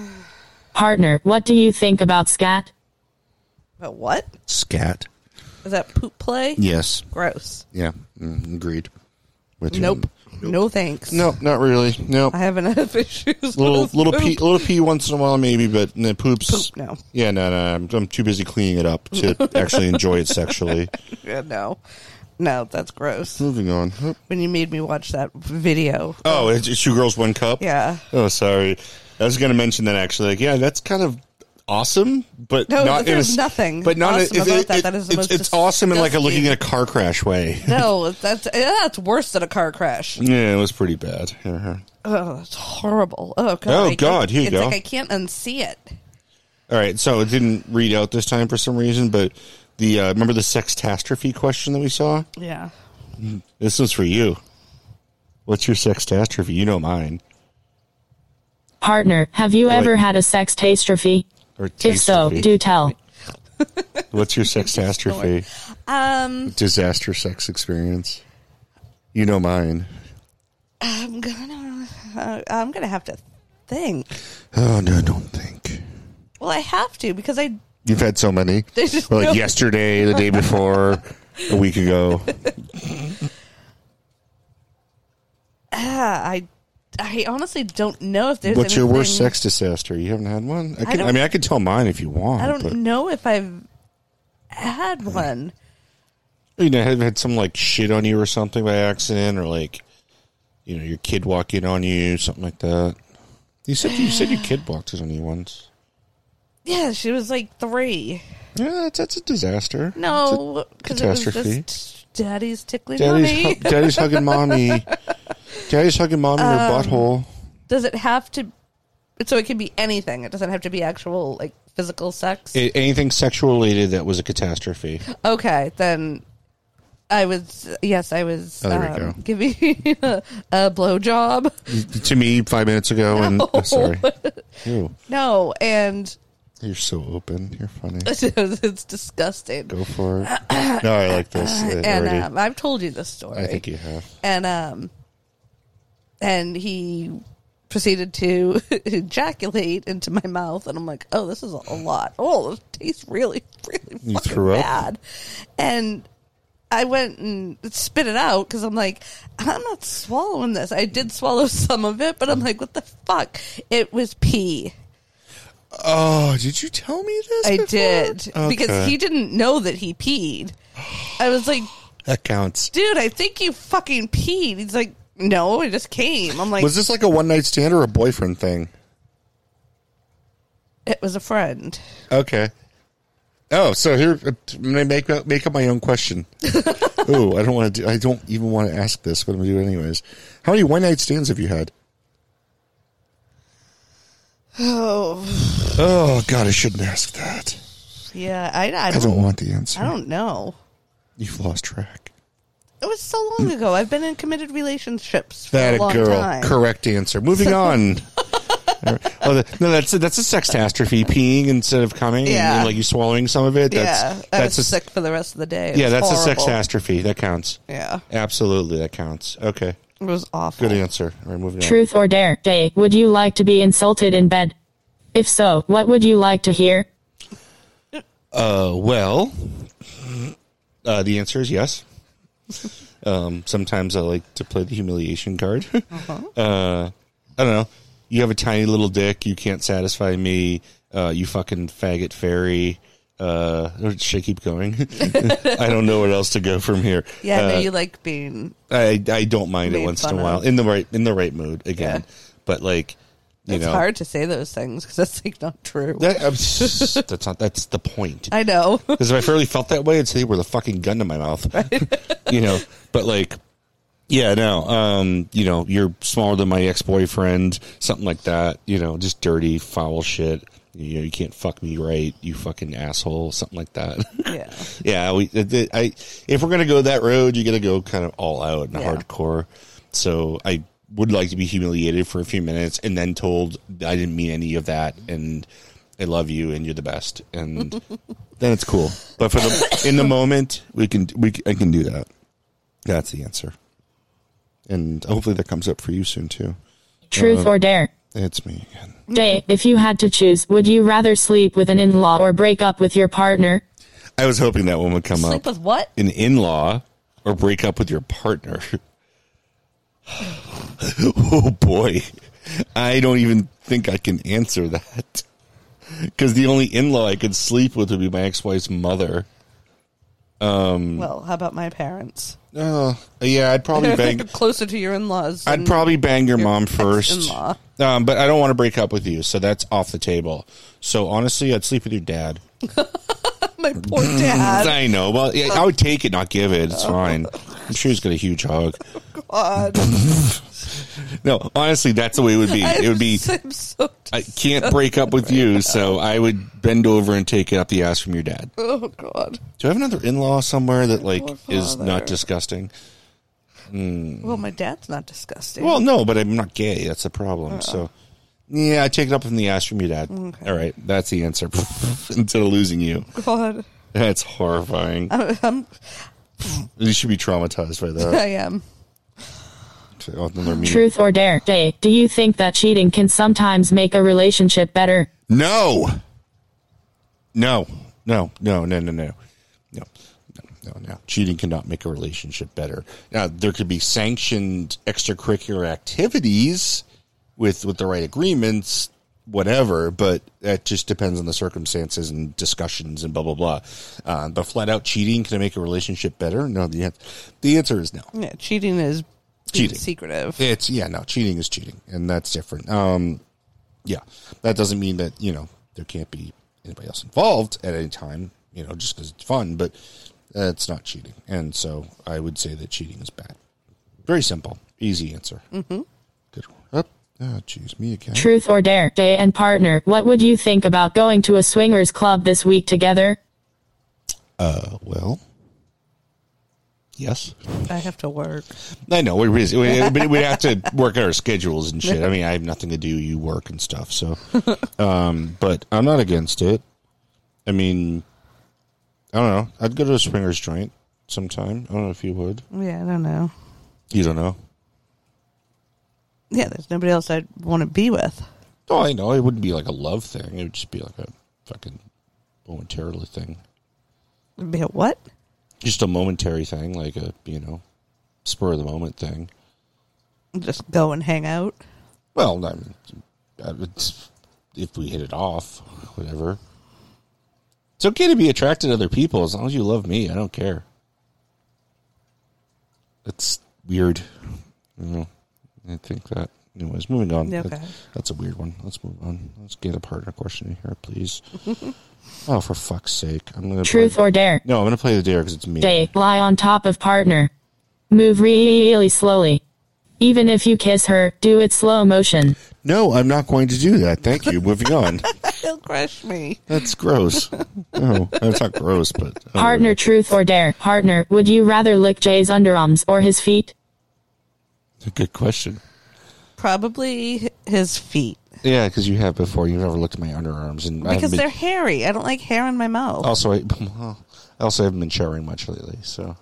Partner, what do you think about scat? But what? Scat. Is that poop play? Yes. Gross. Yeah. Mm, agreed. With you. Nope. No thanks. No, not really. Nope. I have enough issues. Little with little poop. pee little pee once in a while maybe, but no, poops. Poop, no. Yeah, no, no. I'm, I'm too busy cleaning it up to actually enjoy it sexually. Yeah, no. No, that's gross. Moving on. Oh, When you made me watch that video. Oh, it's, it's two girls, one cup. Yeah. Oh, sorry. I was going to mention that actually. Like, yeah, that's kind of awesome, but No, not in a there's s- nothing But not in- awesome about that. That is the it's, most it's awesome in like a disgusting- looking at a car crash way. No, that's yeah, that's worse than a car crash. Yeah, it was pretty bad. Uh-huh. Oh, that's horrible. Oh god. Oh, I can't- God, here you it's go. like I can't unsee it. All right, so it didn't read out this time for some reason, but the uh, remember the sextastrophe question that we saw? Yeah. This was for you. What's your sextastrophe? You know mine. Partner, have you ever had a sex tastrophe? Or If so, tastrophe. do tell. What's your sextastrophe? um, disaster sex experience. You know mine. I'm gonna uh, I'm gonna have to think. Oh no, don't think. Well, I have to because I You've had so many. There's just like no- yesterday, the day before, a week ago. ah, I I honestly don't know if there's What's your worst anything- sex disaster? You haven't had one. I, can, I, don't- mean, I could tell mine if you want. I but- don't know if I've had one. you know, have had some like shit on you or something by accident, or like, you know, your kid walking on you, something like that. You said you said your kid walked on you once. Yeah, she was like three. Yeah, that's, that's a disaster. No, It's because a it was catastrophe. just daddy's tickling Daddy's, mommy. hu- daddy's hugging mommy. Daddy's hugging mommy Um, or butthole. Does it have to? So it can be anything. It doesn't have to be actual like physical sex. A- anything sexual related that was a catastrophe. okay, then I was yes, I was Oh, there we um, go. giving a, a blowjob. To me, five minutes ago, and oh, sorry, Ew, No, and you're so open. You're funny. it's disgusting. Go for it. No, I like this uh, and already. um, I've told you this story. I think you have. and um and he proceeded to ejaculate into my mouth and I'm like, "Oh, this is a lot. Oh, it tastes really really You fucking threw up? bad." And I went and spit it out cuz I'm like, "I'm not swallowing this." I did swallow some of it, but I'm like, "What the fuck?" It was pee. Oh, did you tell me this? I before? did because Okay. he didn't know that he peed. I was like, That counts. "Dude, I think you fucking peed." He's like, "No, it just came." I'm like, Was this like a one night stand or a boyfriend thing? It was a friend. Okay. Oh, so here I'm gonna make up, make up my own question. Ooh, I don't want to. Do, I don't even want to ask this, but I'm gonna do it anyways. How many one night stands have you had? Oh, Oh God, I shouldn't ask that. yeah. I, I, I don't, don't want the answer. I don't know. You've lost track. It was so long ago. I've been in committed relationships Mm. for That a long girl. time. Correct answer. Moving on. oh, the, no, that's a, that's a sextastrophe. Peeing instead of coming, and- and, Yeah. like you swallowing some of it. That's, yeah, I that's was a, sick for the rest of the day. It Yeah, was that's a horrible. sextastrophe. That counts. Yeah, Absolutely, that counts. Okay. it was awful. Good answer. All right, moving on. Truth or dare. Day, would you like to be insulted in bed? If so, what would you like to hear? Uh, well, uh, the answer is yes. Um, sometimes I like to play the humiliation card. uh Uh-huh. I don't know. Uh, You have a tiny little dick. You can't satisfy me. Uh, you fucking faggot fairy. Uh, should I keep going? I don't know what else to go from here. Yeah, no, Uh, you like being. I I don't mind it Made once in fun a of. while in the right in the right mood again, Yeah. but like you It's know hard to say those things because that's like not true. that- I'm s- that's not that's the point. I know. Because if I fairly felt that way, I'd say with a fucking gun to my mouth, you know. But like, yeah, no, um, you know, you're smaller than my ex boyfriend, something like that. You know, just dirty, foul shit. You know, you can't fuck me right, you fucking asshole, something like that. yeah. yeah, we. it- it- I if we're gonna go that road, you gotta go kind of all out and Yeah. hardcore. So I would like to be humiliated for a few minutes and then told I didn't mean any of that and I love you and you're the best and then it's cool. But for the in the moment, we can we c- I can do that. That's the answer. And hopefully that comes up for you soon too. Truth or dare? It's me again. Day, if you had to choose, would you rather sleep with an in law or break up with your partner? I was hoping that one would come Sleep up. with what? an in law or break up with your partner. oh boy. I don't even think I can answer that. Because the only in law I could sleep with would be my ex wife's mother. Mm. Well, how about my parents? Oh, yeah, I'd probably They're bang. closer to your in laws. I'd probably bang your, mom first. ex-in-law. Um, but I don't want to break up with you, so that's off the table. So honestly, I'd sleep with your dad. my poor dad. I know. Well, yeah, I would take it, not give it. It's fine. I'm sure he's got a huge hog. God. No, honestly, that's the way it would be. It would be. I'm so. I can't break up with you, so I would bend over and take it up the ass from your dad. Do Oh God. I have another in law somewhere that like Poor is father. not disgusting? Well, my dad's not disgusting. Well, no, but I'm not gay. That's the problem. So, yeah, I take it up from the ass from your dad. All right, that's the answer. Instead of losing you, God, that's horrifying. Uh-huh. I'm, you should be traumatized by that. I am. Another meeting. Truth or dare? Day, do you think that cheating can sometimes make a relationship better? No. No. No. No. No. No. No. No. No. No. Cheating cannot make a relationship better. Now there could be sanctioned extracurricular activities with with the right agreements, whatever. But that just depends on the circumstances and discussions and blah blah blah. Uh, but flat out cheating can it make a relationship better? No. The an- the answer is no. Yeah, cheating is being Cheating. secretive. It's yeah, no, cheating is cheating, and that's different. Um, yeah, that doesn't mean that you know there can't be anybody else involved at any time. You know, just because it's fun, but uh, it's not cheating, and so I would say that cheating is bad. Very simple, easy answer. Mm-hmm. Good one. Up, oh, jeez, me again. Truth or dare? Day and partner, what would you think about going to a swingers club this week together? Uh, well, yes. I have to work. I know we're busy. We, we, we'd have to work out our schedules and shit. I mean, I have nothing to do. You work and stuff. So, um, but I'm not against it. I mean, I don't know. I'd go to a swingers joint sometime. I don't know if you would. Yeah, I don't know. You don't know. Yeah, there's nobody else I'd want to be with. Oh, I know. It wouldn't be like a love thing. It would just be like a fucking momentarily thing. It'd be a what? Just a momentary thing, like a you know, spur of the moment thing. Just go and hang out. Well, I mean, I would- if we hit it off, whatever. It's okay to be attracted to other people as long as you love me. I don't care. That's weird. You know, I think that. Anyways, moving on. Okay. That's, that's a weird one. Let's move on. Let's get a partner question in here, please. oh, for fuck's sake! I'm gonna Truth play, or dare? no. I'm gonna play the dare because it's me. Day, lie on top of partner. Move really slowly. Even if you kiss her, do it slow motion. No, I'm not going to do that. Thank you. moving on. He'll crush me. That's gross. No, that's not gross, but oh. Partner, truth or dare? Partner, would you rather lick Jay's underarms or his feet? Good question. Probably his feet Yeah, because you have before. You've never looked at my underarms, and I Um, haven't because been- they're hairy. I don't like hair in my mouth. also I, well, I also haven't been showering much lately. So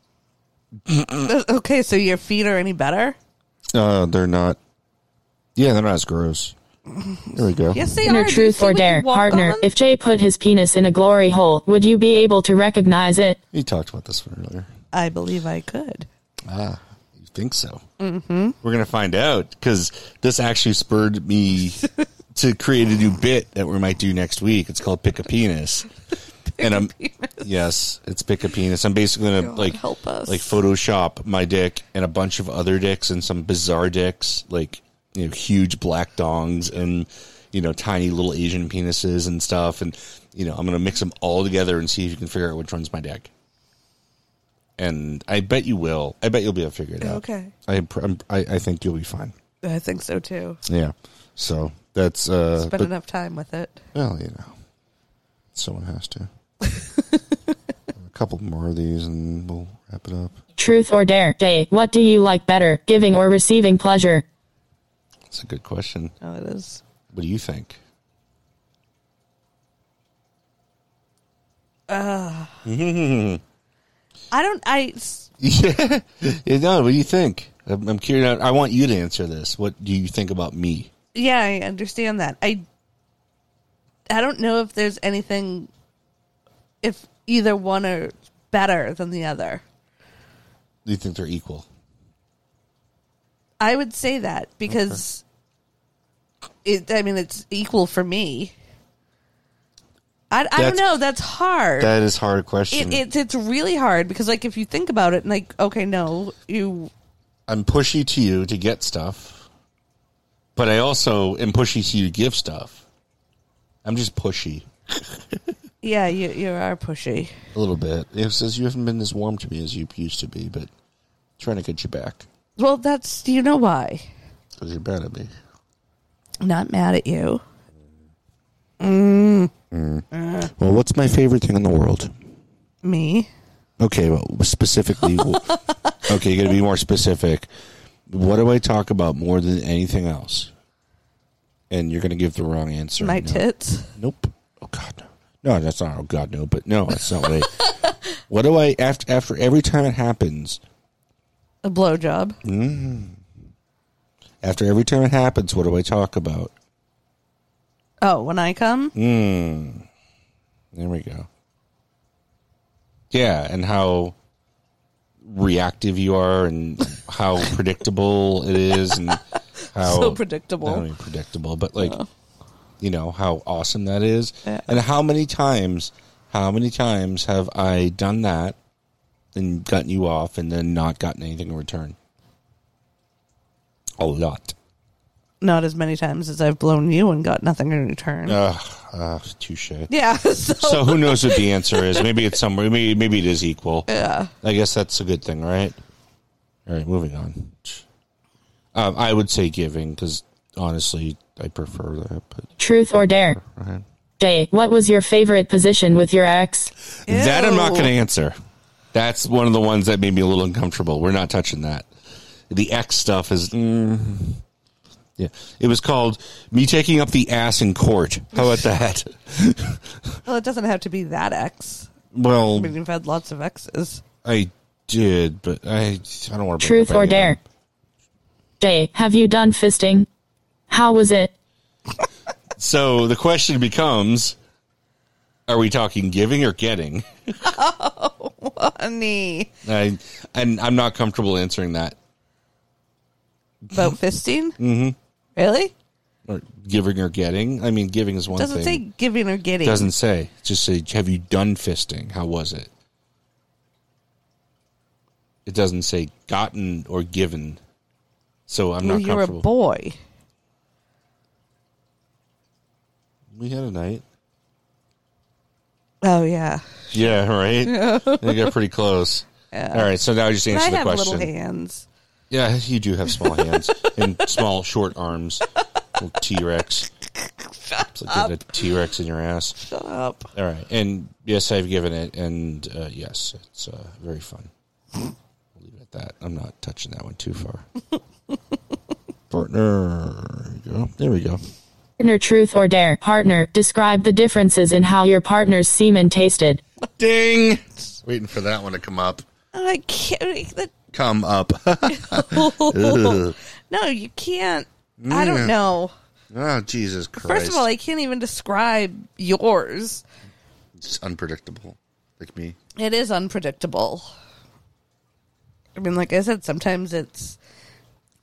Okay, so your feet are any better? uh, they're not. Yeah, they're not as gross. There we go. Yes, they Partner, are. Do you truth see or what you dare? walk Partner, on? if Jay put his penis in a glory hole, would you be able to recognize it? we talked about this one earlier. I believe I could. Ah, You think so? Mm-hmm. We're gonna find out because this actually spurred me to create a new bit that we might do next week. It's called Pick a Penis. and I'm yes, it's Pick a Penis. I'm basically gonna God, like help us. like Photoshop my dick and a bunch of other dicks and some bizarre dicks, like you know, huge black dongs and you know, tiny little Asian penises and stuff. And you know, I'm gonna mix them all together and see if you can figure out which one's my dick. And I bet you will. I bet you'll be able to figure it out. Okay. I pr- I'm, I I think you'll be fine. I think so too. Yeah. So that's uh Spend but- enough time with it. well, you know. Someone has to. a couple more of these and we'll wrap it up. Truth or dare? Day. What do you like better, giving or receiving pleasure? That's a good question. Oh, it is. What do you think? I don't. I s- Yeah. no, what do you think? I'm, I'm curious. I want you to answer this. What do you think about me? yeah, I understand that. I I don't know if there's anything if either one are better than the other. Do you think they're equal? I would say that because it. I mean, it's equal for me. I, I don't That's- know. That's hard. That is a hard it, question. it's it's really hard because like if you think about it and like okay no you I'm pushy to you to get stuff, but I also am pushy to you to give stuff. I'm just pushy. yeah you you are pushy A little bit. It says you haven't been as warm to me as you used to be, but trying to get you back well that's do you know why because you're bad at me. I'm not mad at you Well, what's my favorite thing in the world? me Okay, well, specifically, okay, you got to be more specific. What do I talk about more than anything else? And you're going to give the wrong answer. my No. tits Nope. Oh God, no. No, that's not. Oh God, no. But no, that's not what I. what do I after after every time it happens? a blowjob After every time it happens, what do I talk about? oh when I come There we go. Yeah, and how reactive you are, and how predictable it is, and how So predictable. Not only predictable, but like you know how awesome that is, Yeah. and how many times, how many times have I done that and gotten you off, and then not gotten anything in return? A lot. not as many times as I've blown you and got nothing in return Ugh, ugh, touche. yeah so, So who knows what the answer is? Maybe it's somewhere. Maybe maybe it is equal. Yeah. I guess that's a good thing, right? All right, moving on. Um, I would say giving because honestly, I prefer that. But Truth or dare? Day. What was your favorite position with your ex? that I'm not Ew. going to answer. That's one of the ones that made me a little uncomfortable. We're not touching that. The X stuff is. mm. yeah, it was called me taking up the ass in court. How about that? well it doesn't have to be that ex well, I mean you've had lots of exes I did, but I I don't want to. Truth or dare? Day. Have you done fisting? How was it? So the question becomes are we talking giving or getting? honey I, and I'm not comfortable answering that. about fisting mm-hmm. really Or giving or getting? I mean, giving is one doesn't say thing. giving or getting doesn't say. Just say, have you done fisting? How was it? It doesn't say gotten or given. So I'm Well, not you're a comfortable. boy we had a night. oh yeah Yeah, right? we got pretty close. All right, so now I just And answer I the have question. little hands Yeah, you do have small hands and small, short arms. T Rex. It's like a T Rex in your ass. shut up All right, and yes, I've given it, and uh, yes, it's uh, very fun. I'll leave it at that. I'm not touching that one too far. Partner, there we go. There we go. Partner truth or dare? Partner. Describe the differences in how your partner's semen tasted. Ding! Waiting for that one to come up. I can't. That, Come up. Ah, no, you can't. I Mm. don't know. oh, Jesus Christ. First of all, I can't even describe yours. it's unpredictable. Like me. It is unpredictable. I mean, like I said, sometimes it's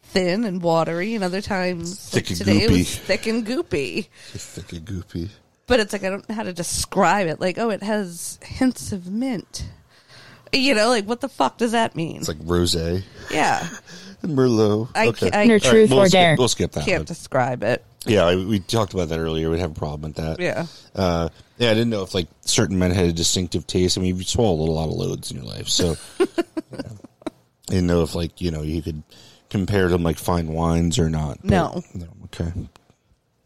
thin and watery, and other times Thick like and today it was goopy. thick and goopy. It's thick and goopy. But it's like I don't know how to describe it. Like, oh, it has hints of mint. You know, like what the fuck does that mean? It's like rosé yeah, and merlot. I ca- I Partner, All right, truth we'll or skip, dare. We'll skip that. can't One. describe it. Yeah, I, we talked about that earlier. We'd have a problem with that. Yeah. Uh, yeah, I didn't know if like certain men had a distinctive taste. I mean, you've swallowed a lot of loads in your life, so yeah. I didn't know if like you know you could compare them like fine wines or not. but- No. no, okay.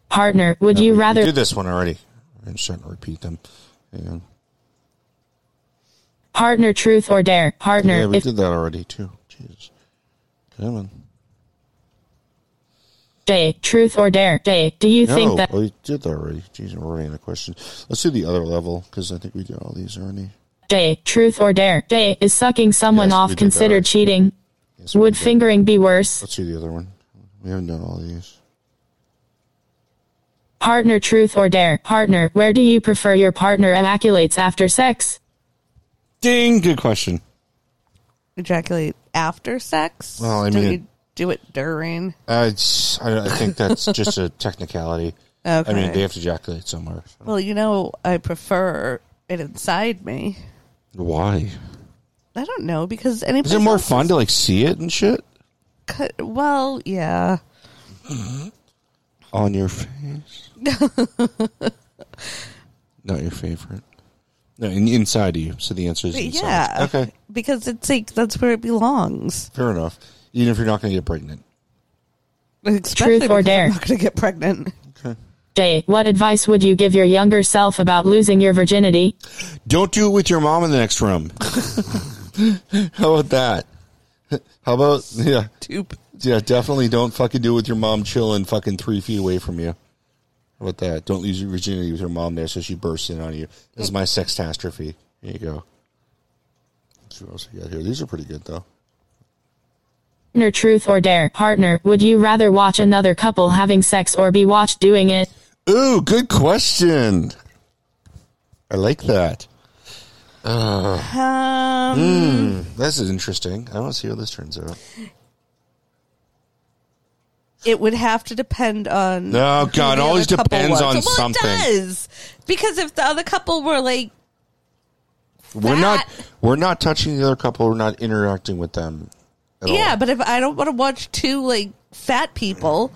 Partner, would you We- we rather did this one already? I'm starting to repeat them. Hang on. partner truth or dare? Partner, Yeah, we if did that already too. Jesus, come on. Jay, truth or dare? Jay, do you No, think that we did that already. Jeez, we're already in a question. Let's do the other level because I think we did all these already. Jay, truth or dare? Jay, is sucking someone Yes, we off did that considered already. cheating? Yes, we Would did. fingering be worse? Let's do the other one. We haven't done all these. Partner truth or dare? Partner, where do you prefer your partner ejaculates after sex? Ding! Good question. Ejaculate after sex. Well, I mean- don't you do it during. I, just- I don't- I think that's just a technicality. Okay. I mean, they have to ejaculate somewhere. Well, you know, I prefer it inside me. Why? I don't know because any. Is it more fun to like see it and shit Cut, well, yeah. on your face? Not your favorite. No, in, inside of you. So the answer is But inside. yeah. Okay. Because it's like that's where it belongs. Fair enough. Even if you're not going to get pregnant. Especially Truth or because dare? I'm not going to get pregnant. Jay, what advice would you give your younger self about losing your virginity? Don't do it with your mom in the next room. How about that? How about yeah, Stupid. yeah? Definitely don't fucking do it with your mom chilling fucking three feet away from you. How about that? Don't lose your virginity with your mom there, so she bursts in on you. This is my sextastrophe. There you go. Let's see what else we got here. These are pretty good though. Partner truth or dare? Partner, would you rather watch another couple having sex or be watched doing it? Ooh, good question. I like that. Um, Mm. This is interesting. I want to see how this turns out. it would have to depend on. No, who God, it the always other couple depends was. on well, something. It does because if the other couple were like, We're not That- we're not touching the other couple. We're not interacting with them. at all. yeah, but if I don't want to watch two like fat people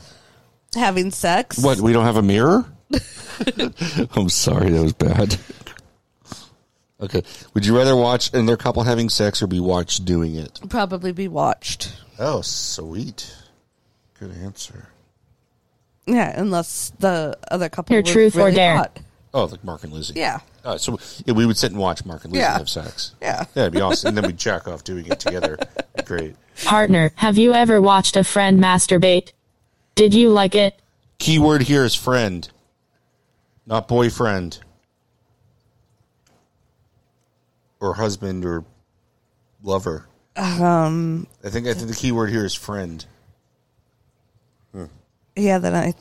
having sex, What? We don't have a mirror? I'm sorry, that was bad. Okay. Would you rather watch another couple having sex or be watched doing it? probably be watched. Oh, sweet. Good answer. Yeah, unless the other couple. Your was truth or really dare? hot. Oh, like Mark and Lizzie. Yeah. Oh, so yeah, we would sit and watch Mark and Lizzie Yeah. have sex. Yeah. Yeah, it'd be awesome. and then we'd jack off doing it together. Great. Partner, have you ever watched a friend masturbate? Did you like it? Key word here is friend, not boyfriend or husband or lover. Um, I think I think the key word here is friend. Yeah, then I.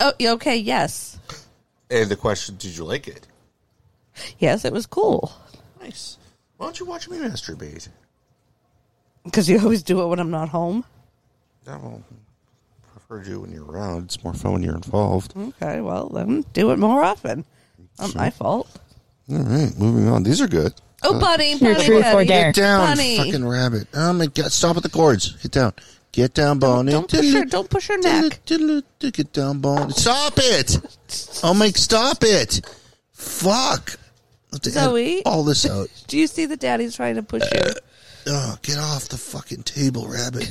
Oh, yeah, okay. Yes, And the question: Did you like it? yes, it was cool Nice. Why don't you watch me masturbate? because you always do it when I'm not home. I will prefer to do when you're around. It's more fun when you're involved. Okay, well then do it more often. Not my fault. All right, moving on. These are good. Oh, bunny, bunny, Your Uh, truth or bunny. dare? Get down, Bunny. fucking rabbit! Oh my god! Stop at the cords. Get down. Get down, Bonnie. Don't push her. Don't push her neck. Get down, Bonnie. Stop it! Oh my! Stop it! Fuck! I have to edit Zoe? all this out. Do you see the daddy's trying to push you? Oh, get off the fucking table, rabbit!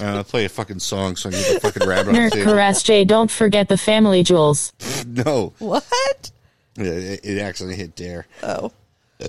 Uh, play a fucking song so I can get the fucking rabbit on the Partner, table. caress Jay, don't forget the family jewels. No, What? Yeah, it, it accidentally hit there. Oh, I Uh,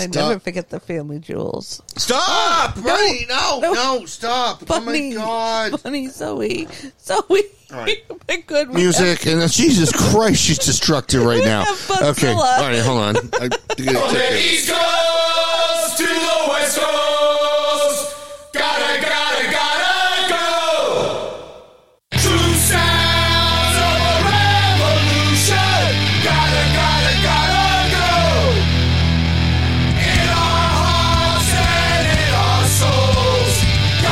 Stop! never forget the family jewels. Stop! Bunny! No! No! no. stop! Bunny, Oh my god! bunny, Zoe, Zoe. right. my good man. music and uh, Jesus Christ, she's destructive right now. have Buzz Okay, all Saw. right, hold on. I, I- East Coast to the West Coast. Gotta, gotta, gotta go. True sounds of a revolution. Gotta, gotta, gotta go. In our hearts and in our souls.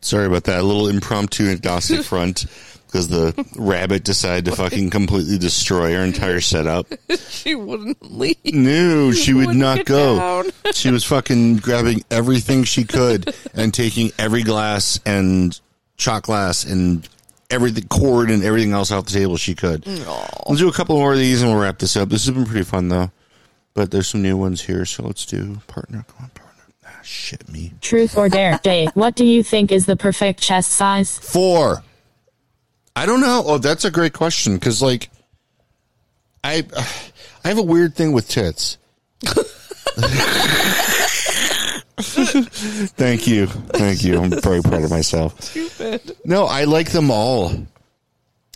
Sorry about that. A little impromptu agnostic front because the rabbit decided to fucking completely destroy our entire setup. She wouldn't leave. No, she would Wouldn't not get go. down. She was fucking grabbing everything she could and taking every glass and shot glass and everything cord and everything else off the table she could. We'll do a couple more of these and we'll wrap this up. This has been pretty fun though. But there's some new ones here, so let's do partner. Come on, partner. Ah, shit me. Truth or dare? Jay, what do you think is the perfect chest size? Four. I don't know. Oh, that's a great question because, like, I I have a weird thing with tits. Thank you, thank you. I'm very proud of myself. Stupid. No, I like them all.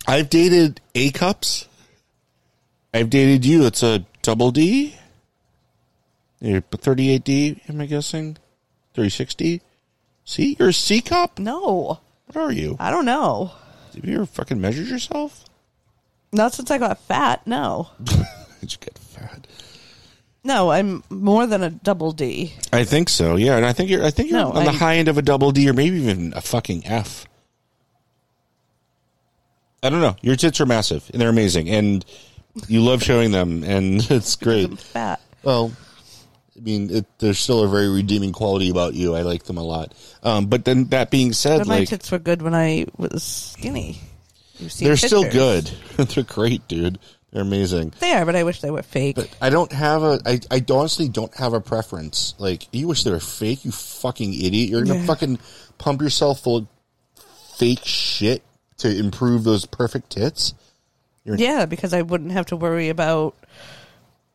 I've dated A cups. I've dated you. It's a double D. You're 38D. Am I guessing? 36D. See, you're a C cup. No, What are you? I don't know. Have you ever fucking measured yourself? Not since I got fat. No, Did you get fat? no, I'm more than a double D. I think so. Yeah, and I think you're. I think you're No, on the I- high end of a double D, or maybe even a fucking F. I don't know. Your tits are massive, and they're amazing, and you love showing them, and it's great. I'm fat. Well, I mean, it, there's still a very redeeming quality about you. I like them a lot. Um, but then that being said, But my like tits were good when I was skinny. You've seen they're still pictures. good. they're great, dude. They're amazing. They are, but I wish they were fake. But I don't have a. I, I honestly don't have a preference. Like you wish they were fake. You fucking idiot. You're gonna Yeah. fucking pump yourself full of fake shit to improve those perfect tits. yeah, because I wouldn't have to worry about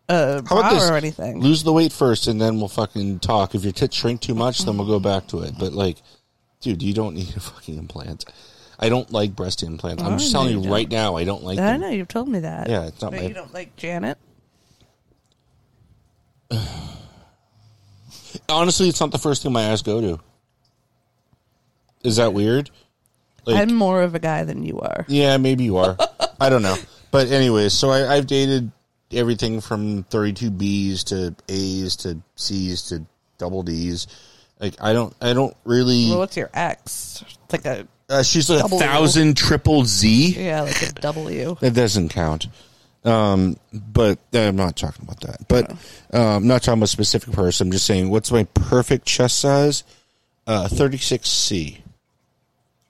a How about bra this? or anything. Lose the weight first, and then we'll fucking talk. If your tits shrink too much, then we'll go back to it. But like, dude, you don't need a fucking implant. I don't like breast implants. I'm I just know telling you you right now. I don't like. I them. know you've told me that. Yeah, it's not But my- you don't like Janet. Honestly, it's not the first thing my eyes go to. Is that weird? Like- I'm more of a guy than you are. Yeah, maybe you are. I don't know. But anyways, so I, I've dated everything from 32 Bs to As to Cs to double Ds. Like I don't, I don't really. Well, what's your ex? It's like a Uh, she's like Double. a thousand triple Z. yeah, like a W. That doesn't count. Um, but uh, I'm not talking about that. But um, I'm not talking about a specific person. I'm just saying, what's my perfect chest size? Uh, 36C.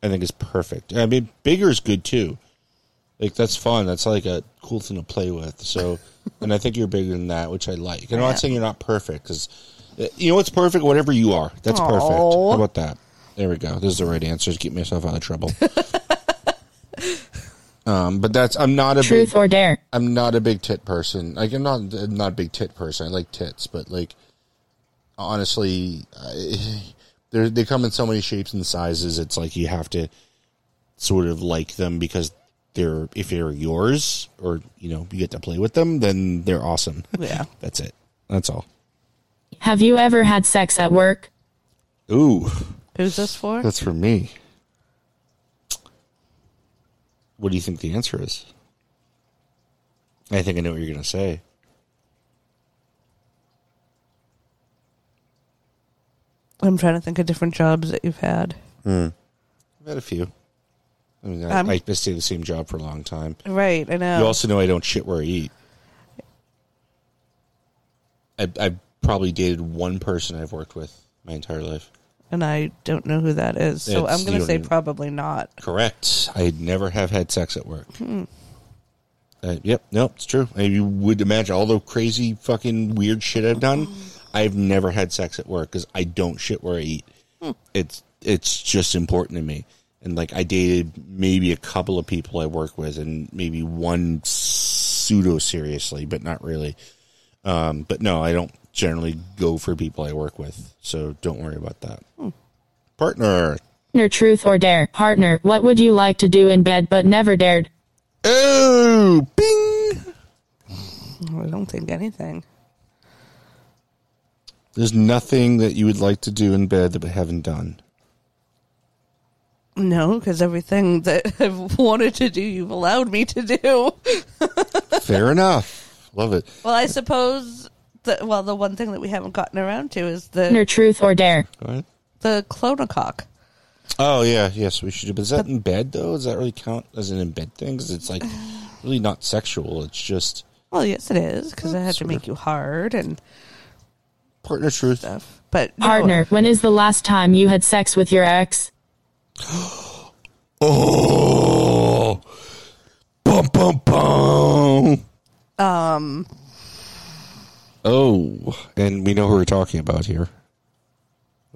I think is perfect. I mean, bigger is good too. Like that's fun. That's like a cool thing to play with. So, and I think you're bigger than that, which I like. And I'm not saying you're not perfect because you know what's perfect. Whatever you are, that's perfect. How Aw. about that? There we go. This is the right answer. to Get myself out of trouble. um, but that's I'm not a big, Truth or dare? I'm not a big tit person. Like I'm not I'm not a big tit person. I like tits, but like honestly, I, they're- they come in so many shapes and sizes. It's like you have to sort of like them because they're if they're yours or you know you get to play with them, then they're awesome. Yeah. that's it. That's all. Have you ever had sex at work? Ooh, Who's this for? That's for me. what do you think the answer is? I think I know what you're gonna say. I'm trying to think of different jobs that you've had. I've had a few. I mean, I, Um, oh. I stayed at the same job for a long time. Right, I know. You also know I don't shit where I eat. I, I've probably dated one person I've worked with my entire life. and I don't know who that is. So It's- I'm you going to don't say even- probably not. Correct. I never have had sex at work. Hmm. Uh, yep. No, it's true. And you would imagine all the crazy, fucking, weird shit I've done. I've never had sex at work because I don't shit where I eat. It's it's just important to me. And like I dated maybe a couple of people I work with, and maybe one pseudo seriously, but not really. Um, but no, I don't generally go for people I work with, so don't worry about that. Partner, Partner, truth or dare? Partner, what would you like to do in bed but never dared? oh, bing. I don't think anything. There's nothing that you would like to do in bed that we haven't done. No, because everything that I've wanted to do, you've allowed me to do. Fair enough. Love it. Well, I suppose that, well, the one thing that we haven't gotten around to is the, Partner, truth or dare? Go ahead. the clonococ. Oh yeah, yes, we should. But is that in bed though? Does that really count as an in bed thing? 'Cause it's like really not sexual. It's just Well, yes, it is because I had to make you hard and partner truth. stuff. But no. Partner, when is the last time you had sex with your ex? Oh, bum bum bum. um, Oh, and we know who we're talking about here.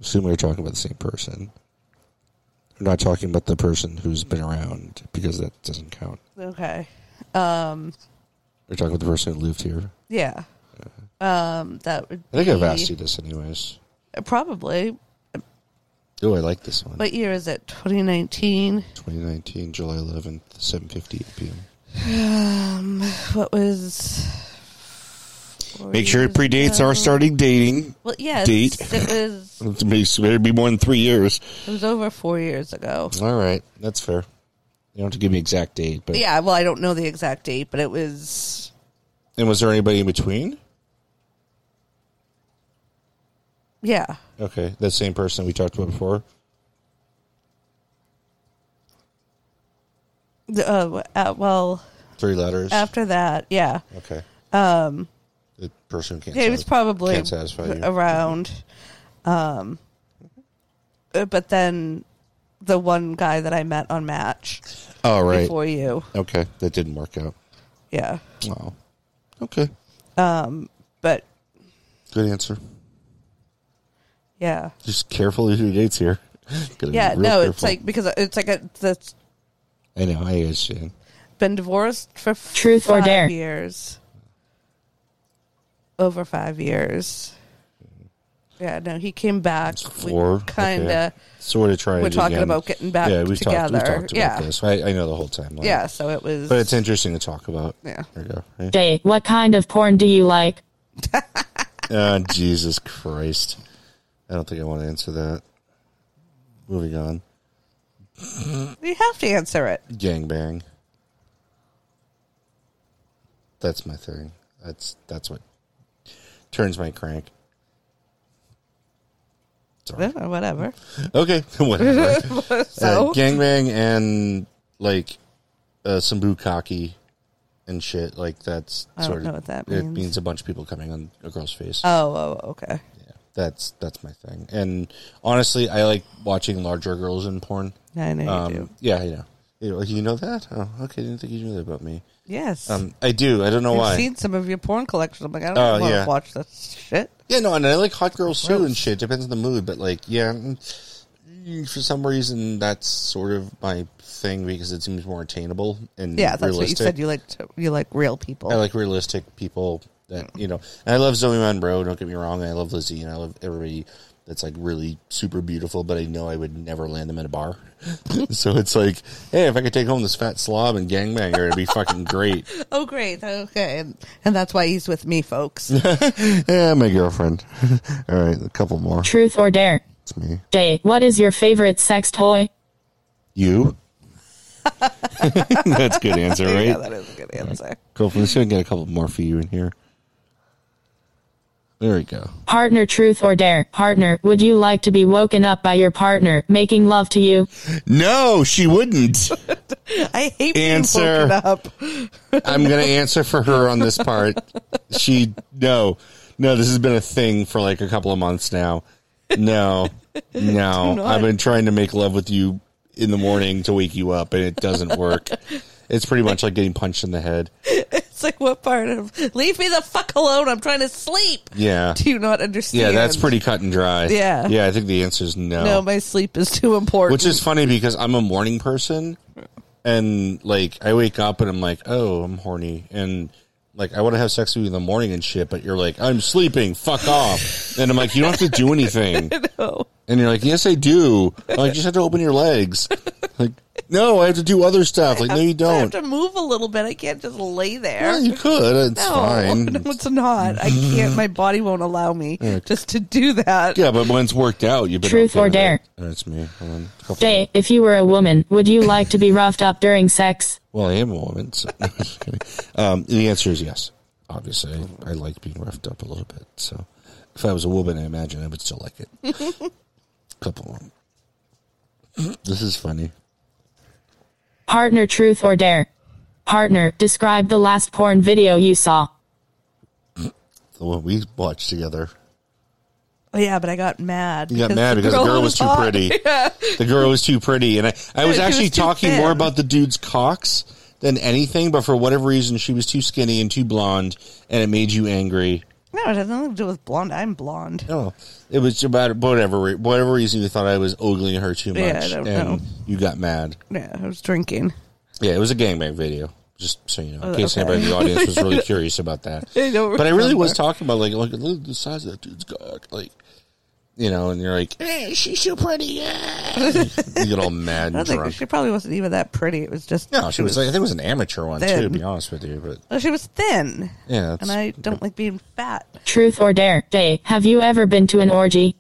Assume we're talking about the same person. We're not talking about the person who's been around because that doesn't count. okay, um, We're talking about the person who lived here. yeah, um, that would. Uh-huh. I think I've be- asked you this anyways. Probably. Oh, I like this one. What year is it? 2019. 2019, July 11th, 7:58 p.m. Um, what was? four Make sure it years predates ago? our starting dating. Well, yes, date. it was. It better be more than three years. It was over four years ago. All right, that's fair. You don't have to give me exact date, but Yeah, well, I don't know the exact date, but it was. And was there anybody in between? Yeah, Okay, that same person we talked about before. The, uh, uh, well, Three letters. after that, yeah, Okay. Uh, um, The person who can't. yeah, it was satis- probably can't satisfy you. around. Um, uh, but then the one guy that I met on Match Oh right. before you, Okay, that didn't work out. yeah, Wow. Okay. but Good answer. yeah. Just careful with your dates here. Gotta be Yeah, real no, it's careful. like because it's like a, that's I know. I understand. been divorced for f- Truth or five dare? years, over five years. Yeah, no, he came back. We Four. kinda. Sort of trying. we're to talking again. about getting back Yeah, we've talked. We together. talked about Yeah. this. I, I know the whole timeline. Yeah, so it was. But it's interesting to talk about. Yeah. There you go. Right? Day, what kind of porn do you like? Ah, Jesus Christ. I don't think I want to answer that. Moving on. you have to answer it. Gangbang. That's my thing. That's that's what turns my crank. Sorry. Well, Whatever. Okay, whatever. So Uh, gangbang and like uh, some bukkake and shit. Like that's I don't sort know of what that It means. means a bunch of people coming on a girl's face. Oh, oh, okay. Yeah, that's that's my thing. And honestly, I like watching larger girls in porn. Yeah, I know you do. Um, yeah, I know. You know, you know that? Oh, okay. I didn't think you knew that about me. Yes. Um, I do. I don't know I've why. seen some of your porn collection. I'm like, I don't Oh, want to yeah. watch this shit. yeah, no, and I like hot girls too and Gross. shit. Depends on the mood, but like, yeah, mm, mm, for some reason that's sort of my thing because it seems more attainable and Yeah, that's what you realistic. Uh, said. You like to, you like real people. I like realistic people that you know. And I love Zoe Monroe. Don't get me wrong. I love Lizzie, and I love everybody that's like really super beautiful. But I know I would never land them in a bar. so it's like, hey, if I could take home this fat slob and gangbanger, it'd be fucking great. oh, great. Okay, and, and that's why he's with me, folks. Yeah, my girlfriend. All right, a couple more. Truth or dare? It's me. Day, what is your favorite sex toy? You. That's a good answer, Yeah, right? that is a good answer. Cool. Let's go and get a couple more for you in here. There we go. Partner, truth or dare? Partner, would you like to be woken up by your partner making love to you? No, she wouldn't. I hate being Answer. woken up. I'm going to answer for her on this part. She no, no. This has been a thing for like a couple of months now. No, no. I've been trying to make love with you in the morning to wake you up, and it doesn't work. It's pretty much like getting punched in the head. It's like what part of leave me the fuck alone? I'm trying to sleep. Yeah, Do you not understand? yeah. That's pretty cut and dry. Yeah. yeah. I think the answer is no. No, my sleep is too important. Which is funny because I'm a morning person, and like I wake up and I'm like, oh, I'm horny, and like I want to have sex with you in the morning and shit. But you're like, I'm sleeping, fuck off, and I'm like, you don't have to do anything, no. and you're like, yes, I do. I'm like, you just have to open your legs. Like, no, I have to do other stuff. Like, no, you I have don't. to move a little bit. I can't just lay there. Well, you could. It's no, fine. no, it's not. I can't. My body won't allow me just to do that. Yeah, but when it's worked out, you've been Truth okay or with dare? it. Oh, That's me. Hold on. A couple- Day, if you were a woman, would you like to be roughed up during sex? Well, I am a woman. So Just kidding. um, the answer is yes. Obviously, I, I like being roughed up a little bit. So, if I was a woman, I imagine I would still like it. Couple more. This is funny. Partner truth or dare. Partner, describe the last porn video you saw. The one we watched together. Oh, yeah, but I got mad. You got mad because the girl was too hot. pretty. The girl was too pretty, and I, I was She was actually too talking thin. more about. about the dude's cocks than anything, but for whatever reason, she was too skinny and too blonde, and it made you angry. No, it has nothing to do with blonde. I'm blonde. No, Oh. it was about whatever re- whatever reason you thought I was ogling her too much, Yeah, I don't and know. you got mad. Yeah, I was drinking. Yeah, it was a gangbang video. Just so you know, in Oh, case okay. anybody in the audience was really curious about that. I don't but I really was remember. talking about like, look, look at the size of that dude's cock, like, you know, and you're like, hey, she's so pretty. Yeah. you get all mad I and don't think drunk. she probably wasn't even that pretty. It was just No, she was like, I think it was an amateur one too, to thin. be honest with you. But well, she was thin, yeah, that's, and I don't like being fat. Truth or dare. Day. Have you ever been to an orgy?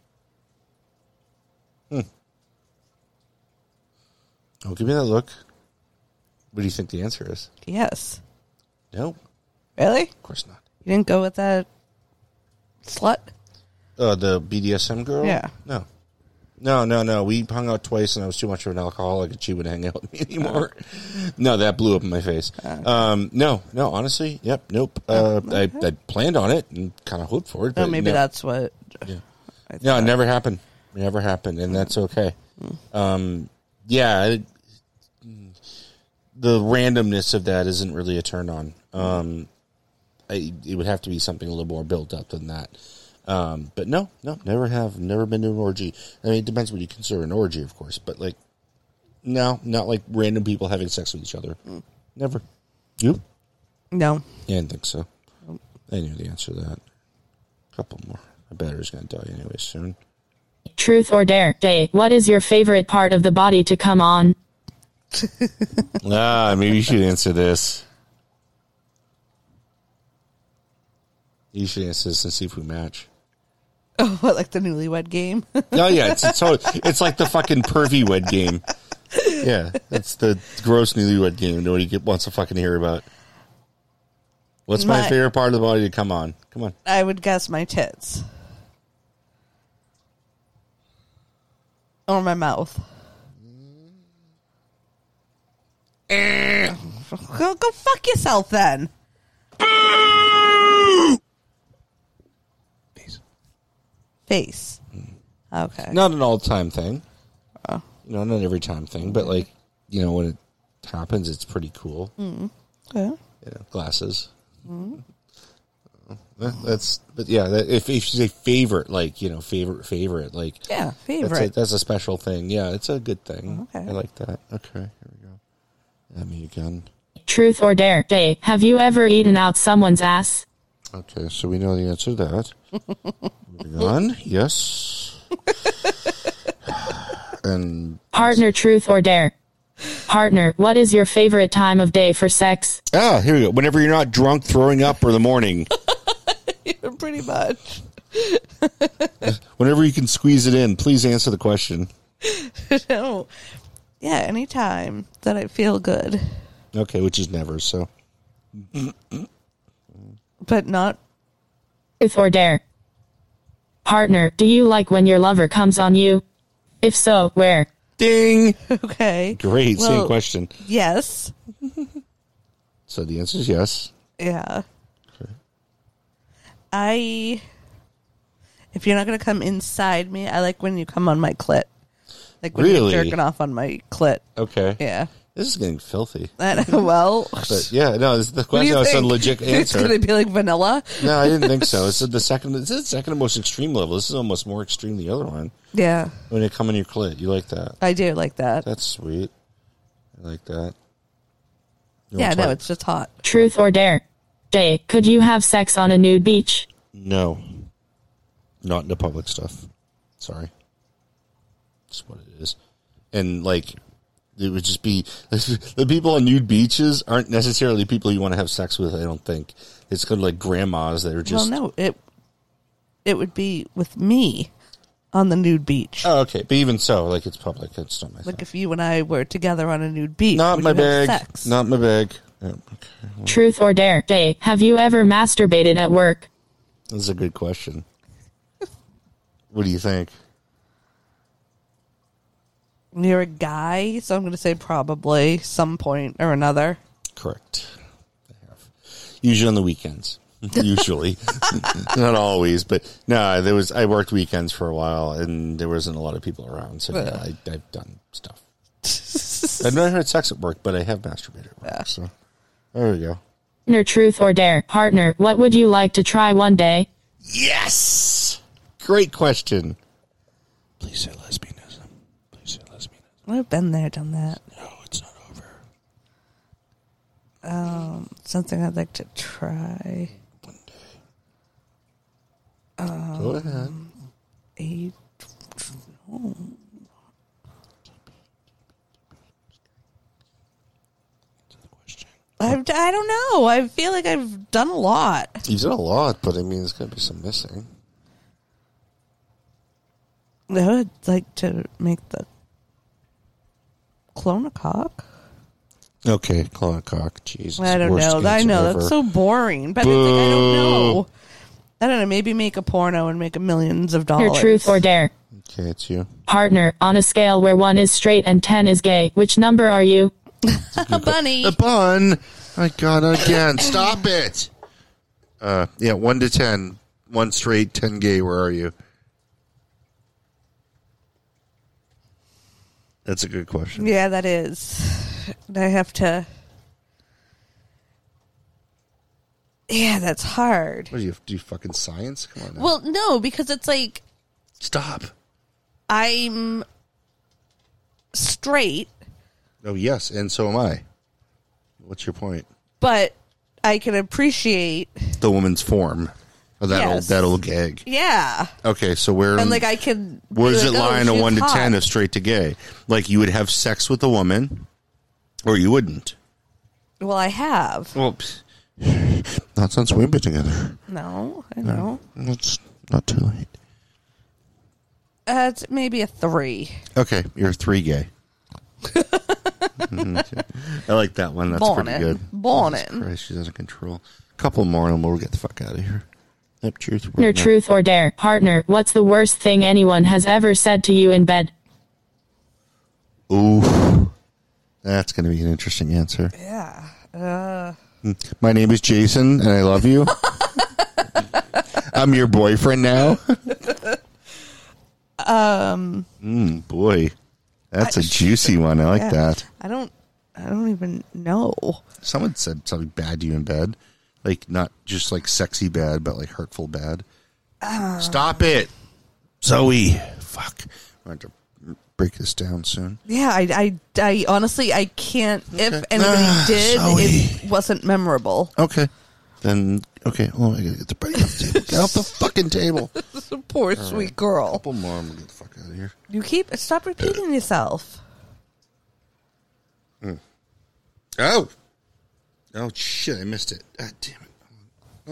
oh, give me that look. What do you think the answer is? Yes, No, of really? course not. You didn't go with that slut? Uh, the BDSM girl. Yeah. No. No, no, no. We hung out twice, and I was too much of an alcoholic, and she wouldn't hang out with me anymore. Oh. no, that blew up in my face. Um, no, no. Honestly, yep, nope. Uh, I, I planned on it and kind of hoped for it. Oh, But maybe Uh, no. that's what. I No, it thought. never happened. It never happened, and that's okay. Um, yeah, I, the randomness of that isn't really a turn on. Um, I, it would have to be something a little more built up than that. Um, but no, no, never have, never been to an orgy. I mean, it depends what you consider an orgy, of course. But like, no, not like random people having sex with each other. Never. You? No, Yeah, I didn't think so. I knew the answer to that. Couple more. My battery's gonna die anyway soon. Truth or dare. Day. What is your favorite part of the body to come on? Ah, maybe you should answer this. You should answer this and see if we match. what like the newlywed game? Oh yeah, it's it's, all- it's like the fucking pervy wed game. Yeah, it's the gross newlywed game. Nobody get, wants to fucking hear about. What's my, My- favorite part of the body? Come on, come on. I would guess my tits or my mouth. Mm. go, go fuck yourself then. Face. Mm. Okay. Not an all time thing. Oh. You know, not every time thing, but like you know when it happens, it's pretty cool. Mm-hmm. Okay. you know, glasses. Uh, That's but yeah. That, if if you say favorite, like you know, favorite, favorite, like Yeah, that's a, favorite. Oh, that's a special thing. Yeah, it's a good thing. Okay. I like that. Okay, here we go. At me again. Truth or dare. Day. Have you ever eaten out someone's ass? Okay, so we know the answer to that. Moving on. Yes. and Partner truth or dare. Partner, what is your favorite time of day for sex? ah, here we go. Whenever you're not drunk, throwing up, or the morning, Pretty much. whenever you can squeeze it in, please answer the question. no. Yeah, anytime that I feel good, Okay, which is never. So but not Truth or dare. Partner, do you like when your lover comes on you? If so, where? ding. okay. Great. same Well, question. Yes. So the answer is yes. Yeah. I. If you're not gonna come inside me, I like when you come on my clit. Like when Really? you're jerking off on my clit. Okay. Yeah. This is getting filthy. And, well, But yeah, no, this is the what do question. you No, It's a think? legit It's answer. gonna be like vanilla. no, I didn't think so. This is the second. This is the second most extreme level. This is almost more extreme than the other one. Yeah, When they come in your clit, you like that? I do like that. That's sweet. I like that. You wanna yeah, no, try- it's just hot. Truth or dare. Day, could you have sex on a nude beach? no, not into public stuff. Sorry, that's what it is. And like, it would just be the people on nude beaches aren't necessarily people you want to have sex with. I don't think it's kind of like grandmas that are just well, no, it it would be with me on the nude beach. Oh, okay. But even so, like it's public. It's not my like thing. if you and I were together on a nude beach, Not would my you bag. have Sex? Not my bag. Yeah, okay. Truth or dare. Day, have you ever masturbated at work? This is a good question. what do you think? near a guy, so I'm going to say probably some point or another. Correct. I have. Usually on the weekends. Usually, not always, but no. There was I worked weekends for a while, and there wasn't a lot of people around, so yeah, I, I've done stuff. I've never had sex at work, but I have masturbated at work. So there we go. Partner, truth or dare. Partner, what would you like to try one day? Yes. Great question. Please say lesbianism. Please say lesbianism. I've been there, done that. No, it's not over. Something I'd like to try. One day. Go ahead. A Answer the question. I've, I don't know. I feel like I've done a lot. You did a lot, but I mean, there's going to be some missing. I would like to make the clone a cock. Okay, clone a cock. Jesus. I don't know. I know that's so boring, but it's like I don't know. I don't know. Maybe make a porno and make millions of Partner, dollars. truth or dare. Okay, it's you. Partner, on a scale where 1 is straight and 10 is gay, which number are you? a bunny. The bun. My God, again. Stop it. Uh, yeah, one to ten. One straight, ten gay. Where are you? That's a good question. Yeah, that is. And I have to. Yeah, that's hard. What do you do? You fucking science? Come on. Now. Well, no, because it's like Stop. I'm straight, Oh yes, and so am I. What's your point? but I can appreciate. The woman's form. Oh, that Yes. old that old gag. Yeah, Okay, so where and like I can. Where does be it like, oh, lie in a she's one to hot. ten of straight to gay? Like you would have sex with a woman, or you wouldn't. Well, I have. Well, not since we've been together. No, I know. It's not too late. Uh, it's maybe a three. Okay, you're three gay. I like that one. That's Born pretty it. good. Born Jesus it. Christ, she's out of control. couple more and we'll get the fuck out of here. Yep, truth. Partner, truth or dare. Partner, what's the worst thing anyone has ever said to you in bed? Ooh. That's going to be an interesting answer. Hmm. Yeah. Uh. My name is Jason, and I love you. I'm your boyfriend now. um. Um. Mm, boy, that's a juicy one. I like Yeah. that. I don't. I don't even know. Someone said something bad to you in bed, like not just like sexy bad, but like hurtful bad. Uh. Stop it, Zoe. Fuck. I'm going to break this down soon. Yeah, I, I, I honestly, I can't. If Ah, anybody did, it wasn't memorable. Okay. Then okay. Oh, I gotta get the break off the table. Get off the fucking table. Poor sweet girl. Couple more. I'm gonna get the fuck out of here. You keep stop repeating yourself. Oh. Oh shit, I missed it. God damn it. Oh.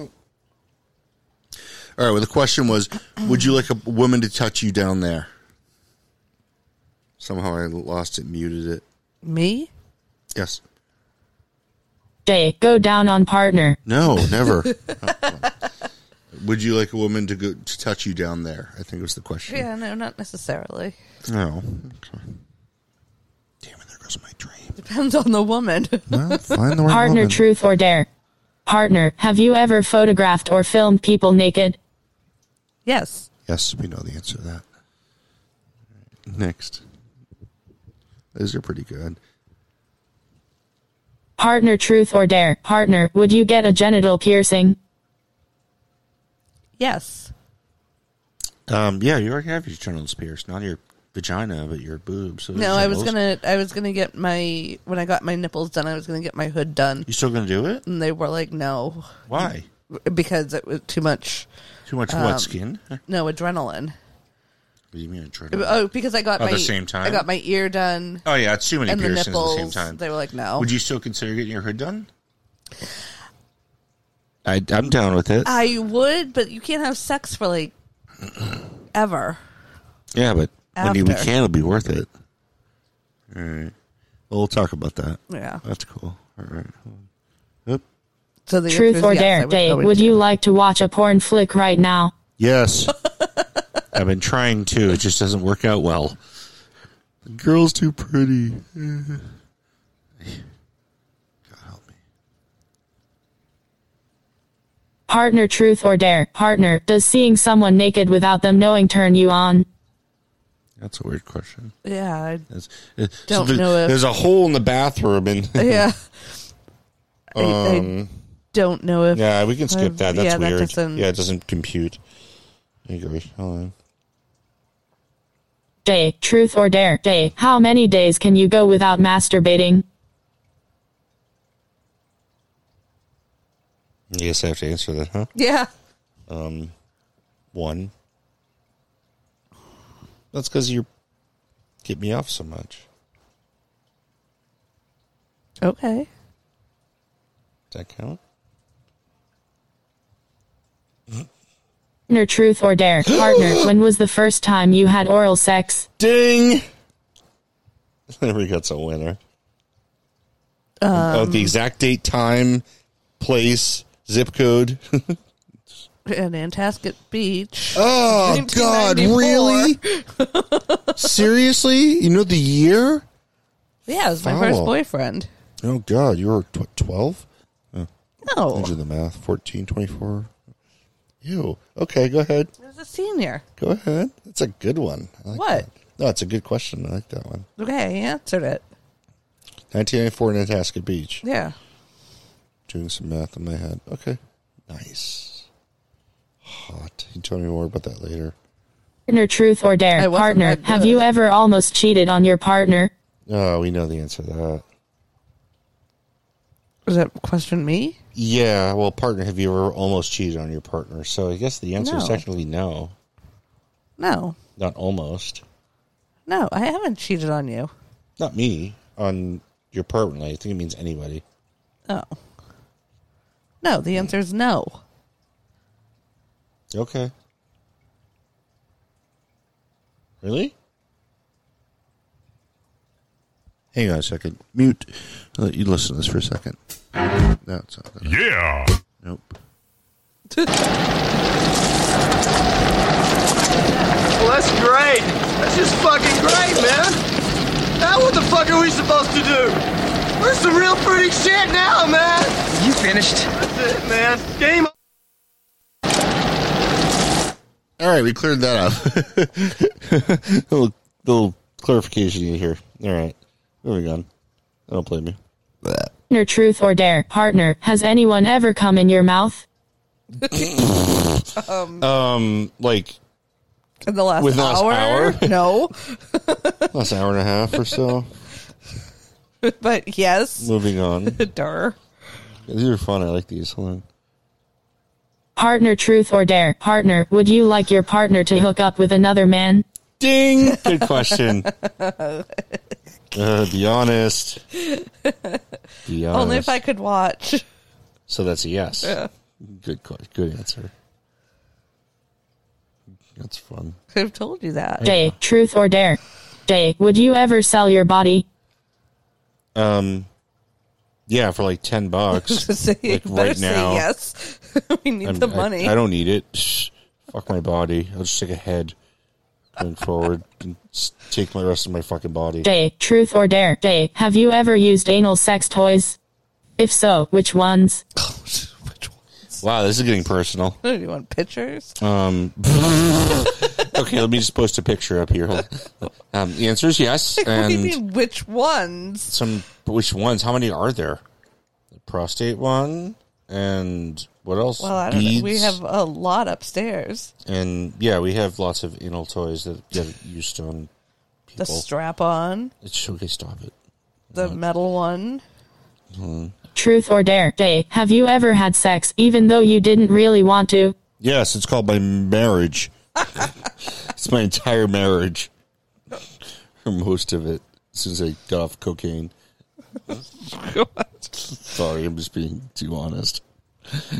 All right, well the question was would you like a woman to touch you down there? Somehow I lost it, muted it. Me? Yes. Day, go down on partner. No, never. Oh. would you like a woman to go to touch you down there? I think was the question. Yeah, no, not necessarily. No. Okay. Damn it, there goes my dream. Depends on the woman. Well, find the right Partner, woman. truth or dare. Partner, have you ever photographed or filmed people naked? yes. Yes, we know the answer to that. Next. Those are pretty good. Partner, truth or dare. Partner, would you get a genital piercing? Yes. Um, yeah, you already have your genitals pierced, not your vagina, but your boobs. So No, I was genitals- gonna. I was gonna get my when I got my nipples done. I was gonna get my hood done, You still gonna do it? and they were like, no, Why? because it was too much. Too much Um, what skin? What No adrenaline. do you mean a genitals? Oh, because I got At my the same time? I got my ear done Oh yeah, it's too many and the piercings nipples. at the same time. They were like, no. Would you still consider getting your hood done? I, I'm down with it. I would, but you can't have sex for like ever. yeah, but when you, we After. can, it'll be worth it. All right. Well, we'll talk about that. Yeah. That's cool. All right. Oop. So the Truth or dare. Day, would you like to watch a porn flick right now? Yes. I've been trying to. It just doesn't work out well. The girl's too pretty. God help me. Partner truth or dare. Partner, does seeing someone naked without them knowing turn you on? That's a weird question. Yeah. I- That's, uh, Don't there's, know if- there's a hole in the bathroom, and Yeah. I, I Um, don't know if. yeah, we can skip that. That's Yeah, that weird. doesn't- yeah, it doesn't compute. I agree. Hold on. Day, truth or dare. Day, how many days can you go without masturbating? I guess I have to answer that, huh? Yeah. One. That's because you get me off so much. Okay. Does that count? Partner truth or dare. Partner, when was the first time you had oral sex? Ding! There we go. It's a winner. oh, the exact date, time, place, zip code. And Nantasket Beach. Oh God! 1994. Really? Seriously? You know the year? Yeah, it was my first Foul. boyfriend. Oh God! You were tw- twelve. I No. do the math. 14, 24. Ew. Okay, go ahead. I was a senior. Go ahead. That's a good one. I like What? that. No, it's a good question. I like that one. Okay, he answered it. 1994 Nantasket Beach. Yeah. Doing some math in my head. Okay. Nice. Hot. You can tell me more about that later. Partner truth or I dare. wasn't Partner, that have good. you ever almost cheated on your partner? Oh, we know the answer to that. Was that question me? Yeah, well, partner, have you ever almost cheated on your partner? So I guess the answer is No. technically no. No. Not almost. No, I haven't cheated on you. Not me. On your partner. I think it means anybody. Oh. No, the answer is no. Okay. Really? Hang on a second. Mute. I'll let you listen to this for a second. No, it's not. That. Yeah. Nope. Well, that's great. That's just fucking great, man. Now what the fuck are we supposed to do? Where's the real pretty shit now, man? You finished. That's it, man. Game on. All right, we cleared that up. little, little clarification in here. All right. Moving on. I don't blame you. Partner truth or dare. Partner, has anyone ever come in your mouth? Um, like In the last With the last hour? hour? No. last hour and a half or so. But yes. Moving on. Durr. These are fun. I like these. Hold on. Partner truth or dare. Partner, would you like your partner to hook up with another man? Ding. Good question. Uh, be honest. Be honest. Only if I could watch. So that's a yes. Good que- good answer. That's fun. Could have told you that. Day, truth or dare. Day, would you ever sell your body? Yeah, for like ten bucks. Say, Like, better right say now. yes. we need I'm- the I- money. I, don't need it. Psh, fuck my body. I'll just take a head going forward and s- take my rest of my fucking body. Day, truth or dare. Day, have you ever used anal sex toys? If so, which ones? Which one? Wow, this is getting personal. Do you want pictures? Okay, let me just post a picture up here. Hold on. Um, the answer is yes. what do you And mean, which ones? some which ones? How many are there? The prostate one and what else? Well, I don't know. We Beads? have a lot upstairs. and yeah, we have lots of anal toys that get used on The people. strap on, it's okay, stop it. the metal one. Truth or dare. Day, have you ever had sex even though you didn't really want to? Yes, it's called my marriage. it's my entire marriage, or most of it. As soon as I got off cocaine. Sorry, I'm just being too honest.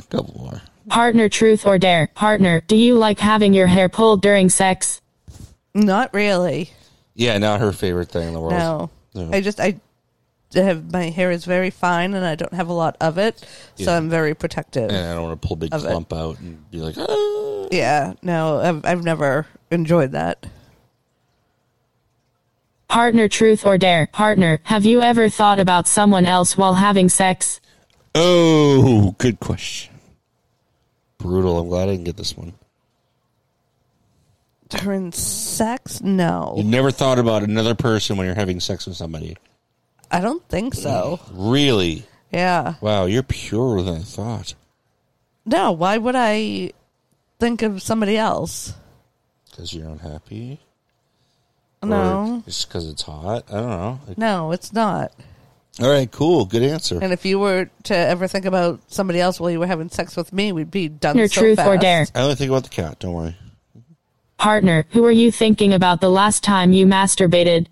Couple more. Partner truth or dare. Partner, do you like having your hair pulled during sex? Not really. Yeah, not her favorite thing in the world. No. I just, I have, my hair is very fine and I don't have a lot of it. So I'm very protective. And Yeah. I don't want to pull a big Of it. clump out and be like, "Ah." no, I've, I've never enjoyed that. Partner truth or dare. Partner, have you ever thought about someone else while having sex? Oh, good question. Brutal. I'm glad I didn't get this one. During sex? You No. never thought about another person when you're having sex with somebody. I don't think so. Really? Yeah. Wow, you're purer than I thought. No, why would I think of somebody else? Because you're unhappy? No. Or just because it's hot? I don't know. Like- No, it's not. All right, cool. Good answer. And if you were to ever think about somebody else while you were having sex with me, we'd be done Partner so truth fast. or dare. I only think about the cat. Don't worry. Partner, who were you thinking about the last time you masturbated?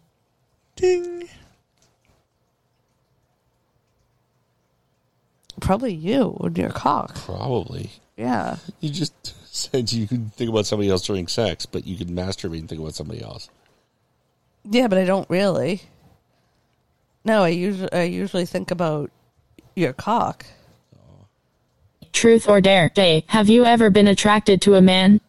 Ding. Probably you and your cock. Probably. Yeah. You just said you could think about somebody else during sex, but you could masturbate and think about somebody else. Yeah, but I don't really. No, I usually I usually think about your cock. Truth or dare. Day, have you ever been attracted to a man?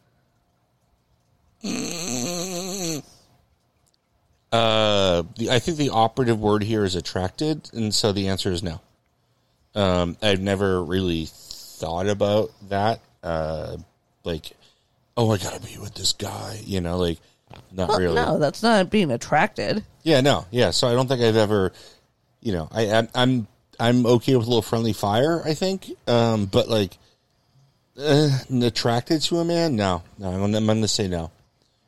Uh, the, I think the operative word here is attracted, and so the answer is no. Um, I've never really thought about that. Uh, like, oh, I gotta be with this guy, you know, like, not Well, really. no, that's not being attracted. Yeah, no, yeah. So I don't think I've ever, you know, I, I'm I'm I'm okay with a little friendly fire. I think, um, but like, uh, attracted to a man? No, no. I'm gonna, I'm gonna say no,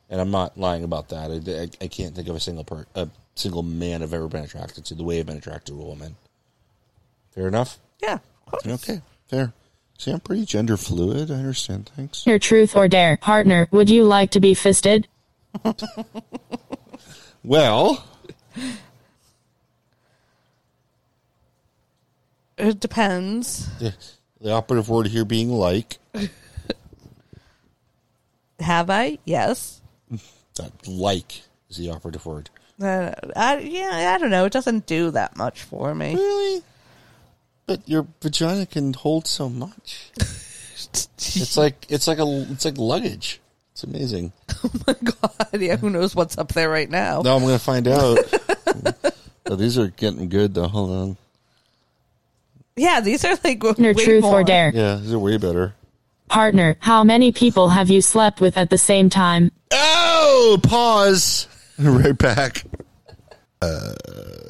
and I'm not lying about that. I, I, I can't think of a single per, a single man I've ever been attracted to the way I've been attracted to a woman. Fair enough. Yeah. of course. Okay, fair. See, I'm pretty gender fluid. I understand. Thanks. Partner truth or dare. Partner, would you like to be fisted? Well, It depends. the, the operative word here being like. Have I? Yes. That uh, like is the operative word. Uh, I, yeah, I don't know. It doesn't do that much for me. Really? But your vagina can hold so much. It's like it's like a it's like luggage. It's amazing. God, yeah, who knows what's up there right now? Now I'm gonna find out. Oh, these are getting good though. Hold on. Yeah, these are like Partner way truth more. or dare. Yeah, these are way better. Partner, how many people have you slept with at the same time? Oh, pause. Right back. Uh,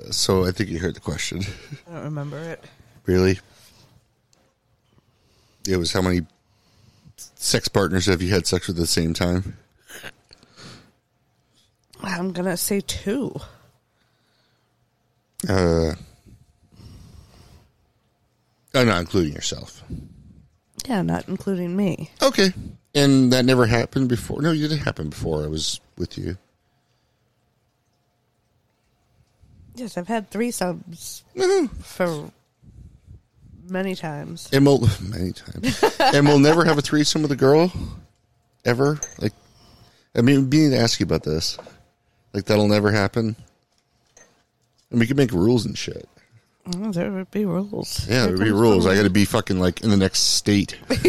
so I think you heard the question. I don't remember it. Really? It was how many sex partners have you had sex with at the same time? I'm gonna say two. Uh, I'm Oh, not including yourself. Yeah, not including me. Okay. And that never happened before. No, it did happen before I was with you. Yes, I've had threesomes for many times. And we'll many times. and we'll never have a threesome with a girl ever. Like I mean we need to ask you about this. Like that'll never happen. And we can make rules and shit. Oh, there would be rules. Yeah, there'd be rules. I gotta be fucking like in the next state. and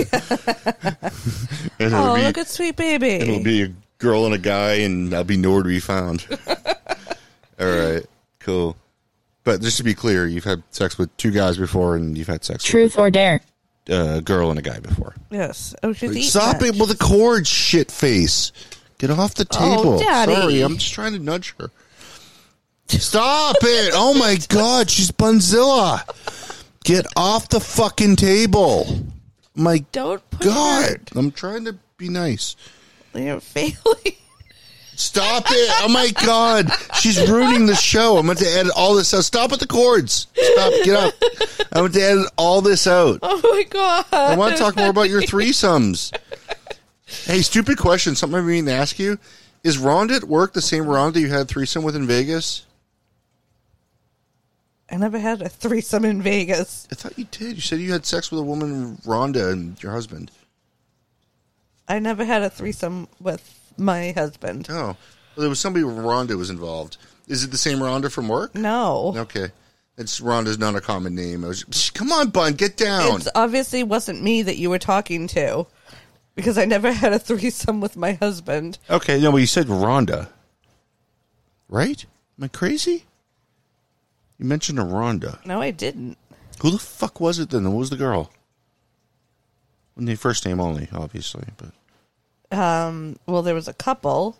it'll Oh, be look at sweet baby. it'll be a girl and a guy and I'll be nowhere to be found. All right. Cool. But just to be clear, you've had sex with two guys before and you've had sex Truth or dare. with a girl and a guy before. yes. Oh, she's eating Stop that. it with the cord, shit face. Get off the Oh, table. Daddy. Sorry, I'm just trying to nudge her. Stop it. Oh my god, she's Bunzilla. Get off the fucking table. My Don't put god. it I'm trying to be nice. You're failing. Stop it. Oh my god. She's ruining the show. I'm going to edit all this out. Stop with the cords. Stop. Get up. I'm going to edit all this out. Oh my I god. want to talk more about your threesomes. hey, stupid question. Something I mean to ask you. Is Rhonda at work the same Rhonda you had threesome with in Vegas? I never had a threesome in Vegas. I thought you did. You said you had sex with a woman, Rhonda, and your husband. I never had a threesome with my husband. Oh. Well, there was somebody with Rhonda was involved. Is it the same Rhonda from work? Mm. No. Okay. It's Rhonda's not a common name. I was Psh, come on, Bun, get down. It obviously wasn't me that you were talking to because I never had a threesome with my husband. Okay, no, but you said Rhonda. right? Am I crazy? You mentioned a Rhonda. No, I didn't. Who the fuck was it then? What was the girl? I mean, first name only, obviously, but Um, well, there was a couple.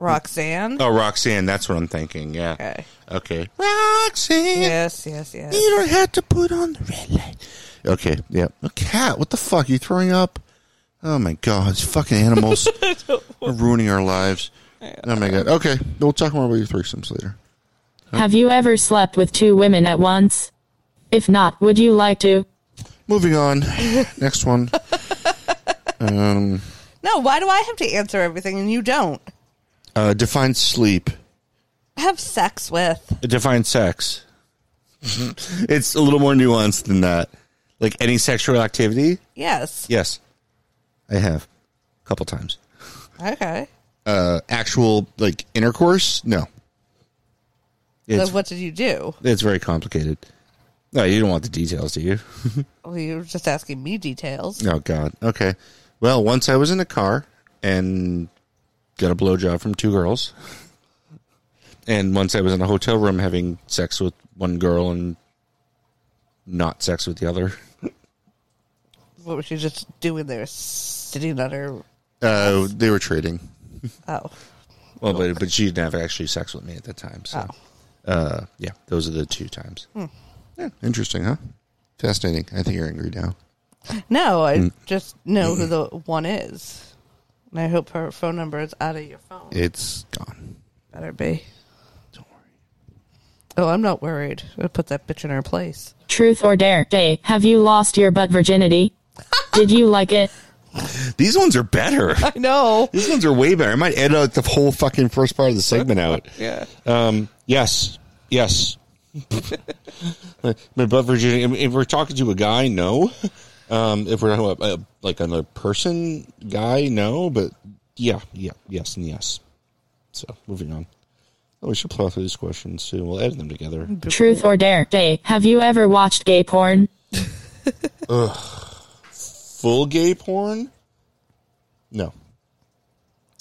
Roxanne. oh, Roxanne. That's what I'm thinking. Yeah. Okay. Okay. Roxanne, Yes, yes, yes. you don't have to put on the red light. Okay. Yeah. A cat. What the fuck? You throwing up? Oh my god! It's fucking animals are ruining our lives. Oh my god. Okay. We'll talk more about your threesomes later. Have you ever slept with two women at once? If not, would you like to? Moving on. Next one. Um. No, why do I have to answer everything and you don't? Uh, define sleep. Have sex with. Define sex. Mm-hmm. It's a little more nuanced than that. Like any sexual activity? Yes. Yes. I have. A couple times. Okay. Uh actual like intercourse? No. It's, So what did you do? it's very complicated. No, you don't want the details, do you? Well, you were just asking me details. Oh god. Okay. Well, once I was in a car and got a blowjob from two girls. And once I was in a hotel room having sex with one girl and not sex with the other. What was she just doing there? Sitting on her. Uh, they were trading. Oh. Well, but but she didn't have actually sex with me at that time. So, Oh. uh, yeah, those are the two times. Hmm. Yeah, interesting, huh? Fascinating. I think you're angry now. No, I just know who the one is. And I hope her phone number is out of your phone. It's gone. Better be. Don't worry. Oh, I'm not worried. I put that bitch in her place. Truth or dare? Day, have you lost your butt virginity? Did you like it? These ones are better. I know. These ones are way better. I might edit out the whole fucking first part of the segment out. Yeah. Um, yes, yes. but but Virginia, if- if we're talking to a guy, no. Um, if we're talking about uh, like another person, guy, no. But yeah, yeah, yes, and yes. So moving on. Oh, we should plow through these questions too. We'll edit them together. Truth or dare? Day, have you ever watched gay porn? Full gay porn? No.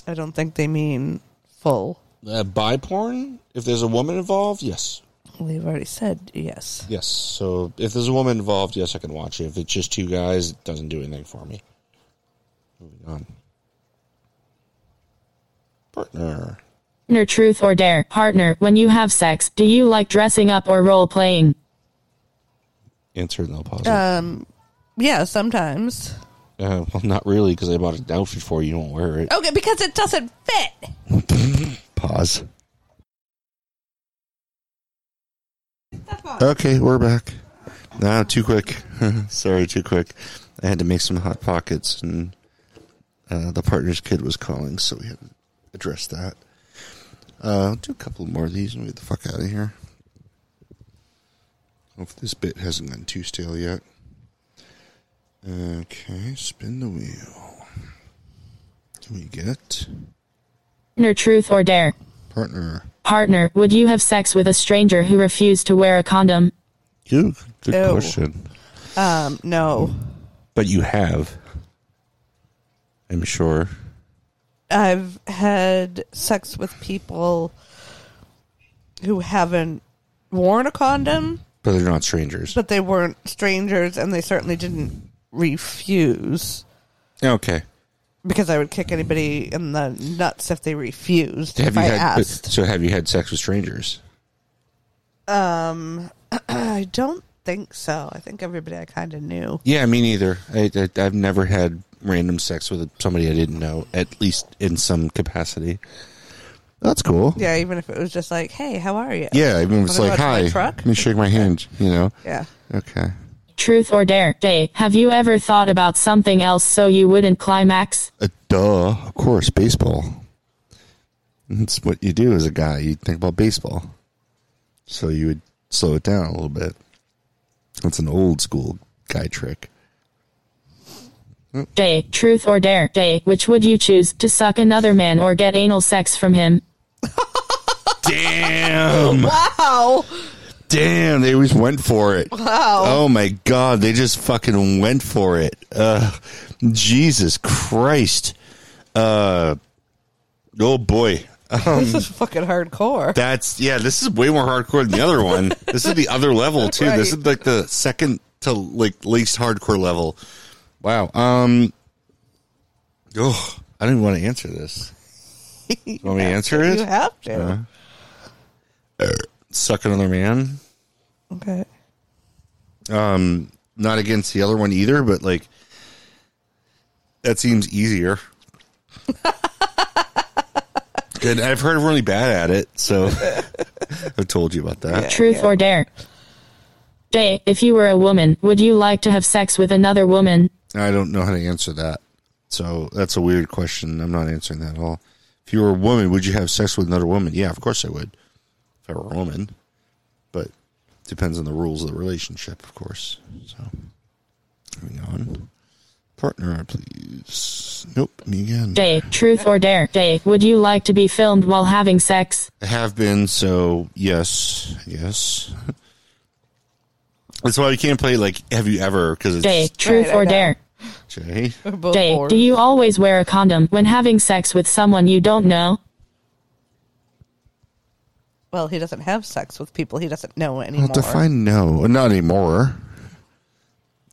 I don't think they mean full. Uh, bi porn? If there's a woman involved, yes. We've already said yes. Yes. So if there's a woman involved, yes, I can watch it. If it's just two guys, it doesn't do anything for me. Moving on. Partner. Partner, truth or dare? Partner, when you have sex, do you like dressing up or role playing? Answer and they'll pause. it. Uh, Um, Yeah, sometimes. Uh, well, not really, because I bought an outfit for you. You don't wear it. Okay, because it doesn't fit. Pause. Okay, we're back. No, too quick. Sorry, too quick. I had to make some hot pockets, and uh, the partner's kid was calling, so we had to address that. Uh, do a couple more of these and we get the fuck out of here. Hope this bit hasn't gotten too stale yet. Okay, spin the wheel. Do we get Partner, truth or dare? partner? Partner, would you have sex with a stranger who refused to wear a condom? You. Good Ew. question. Um, no. But you have. I'm sure. I've had sex with people who haven't worn a condom, But they're not strangers. but they weren't strangers and they certainly didn't refuse Okay. because I would kick anybody in the nuts if they refused. Have if you I had? asked, So have you had sex with strangers? I don't think so. I think everybody I kind of knew. Yeah, me neither. I, I, I've never had random sex with somebody I didn't know, at least in some capacity. That's cool. Yeah, even if it was just like, "Hey, how are you?" Yeah, I mean, it's Wanna like, go out to my hi, truck?" let me shake my hand, you know? yeah. Okay. Truth or dare? Day, have you ever thought about something else so you wouldn't climax? Uh, duh, of course, baseball. That's what you do as a guy. You think about baseball. So you would slow it down a little bit. That's an old school guy trick. Day, truth or dare? Day, which would you choose to suck another man or get anal sex from him? Damn! Wow. Damn, they always went for it. Wow. Oh my god, they just fucking went for it. Uh Jesus Christ. Uh oh boy. Um, this is fucking hardcore. That's yeah. This is way more hardcore than the other one. this is the other level too. This is like the second to like least hardcore level. Wow. Um. Oh, I don't even want to answer this. You want me to answer it? Uh, you have to. Uh-huh. Suck another man. Okay. Not against the other one either, but like that seems easier. Good. I've heard I'm really bad at it, so I've told you about that. Truth or dare? Jay, if you were a woman, would you like to have sex with another woman? I don't know how to answer that. So that's a weird question. I'm not answering that at all. If you were a woman, would you have sex with another woman? Yeah, of course I would. If I were a woman, but depends on the rules of the relationship, of course. So moving on, partner, please. Nope, me again. Jay, truth or dare? Jay, would you like to be filmed while having sex? I have been, so yes, yes. That's why we can't play like "Have you ever" because it's Jay, truth Right, I or know. dare? Jay. We're both Jay, bored. do you always wear a condom when having sex with someone you don't know? well, he doesn't have sex with people he doesn't know anymore. Well, define no. Not anymore.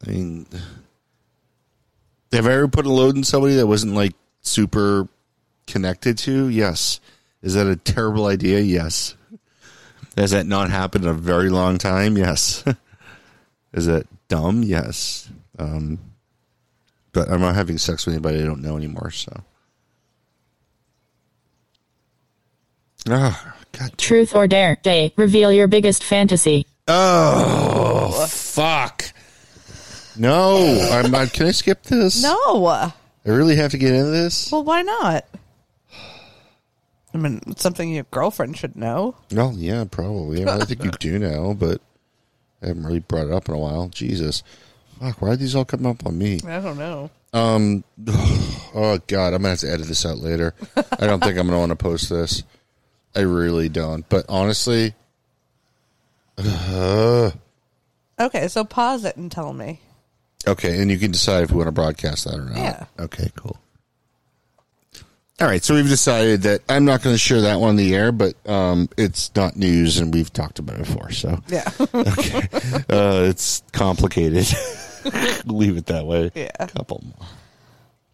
I mean, have I ever put a load in somebody that wasn't like super connected to? Yes. Is that a terrible idea? Yes. Has that not happened in a very long time? Yes. Is that dumb? Yes. Um, but I'm not having sex with anybody I don't know anymore. So. Ah, God Truth or dare? Jay, reveal your biggest fantasy. Oh fuck! No, I'm not. Can I skip this? No. Well, I really have to get into this. why not? I mean, it's something your girlfriend should know. Well, yeah, probably. I, mean, I think you do now, but I haven't really brought it up in a while. Jesus, fuck! Why are these all coming up on me? I don't know. Um, oh god, I'm gonna have to edit this out later. I don't think I'm gonna want to post this. I really don't. But honestly, uh, Okay, so pause it and tell me. Okay, and you can decide if we want to broadcast that or not. Yeah. Okay, cool. All right, so we've decided that I'm not going to share that one on the air, but um, it's not news, and we've talked about it before, so Yeah. okay, uh, it's complicated. Leave it that way. Yeah. couple more.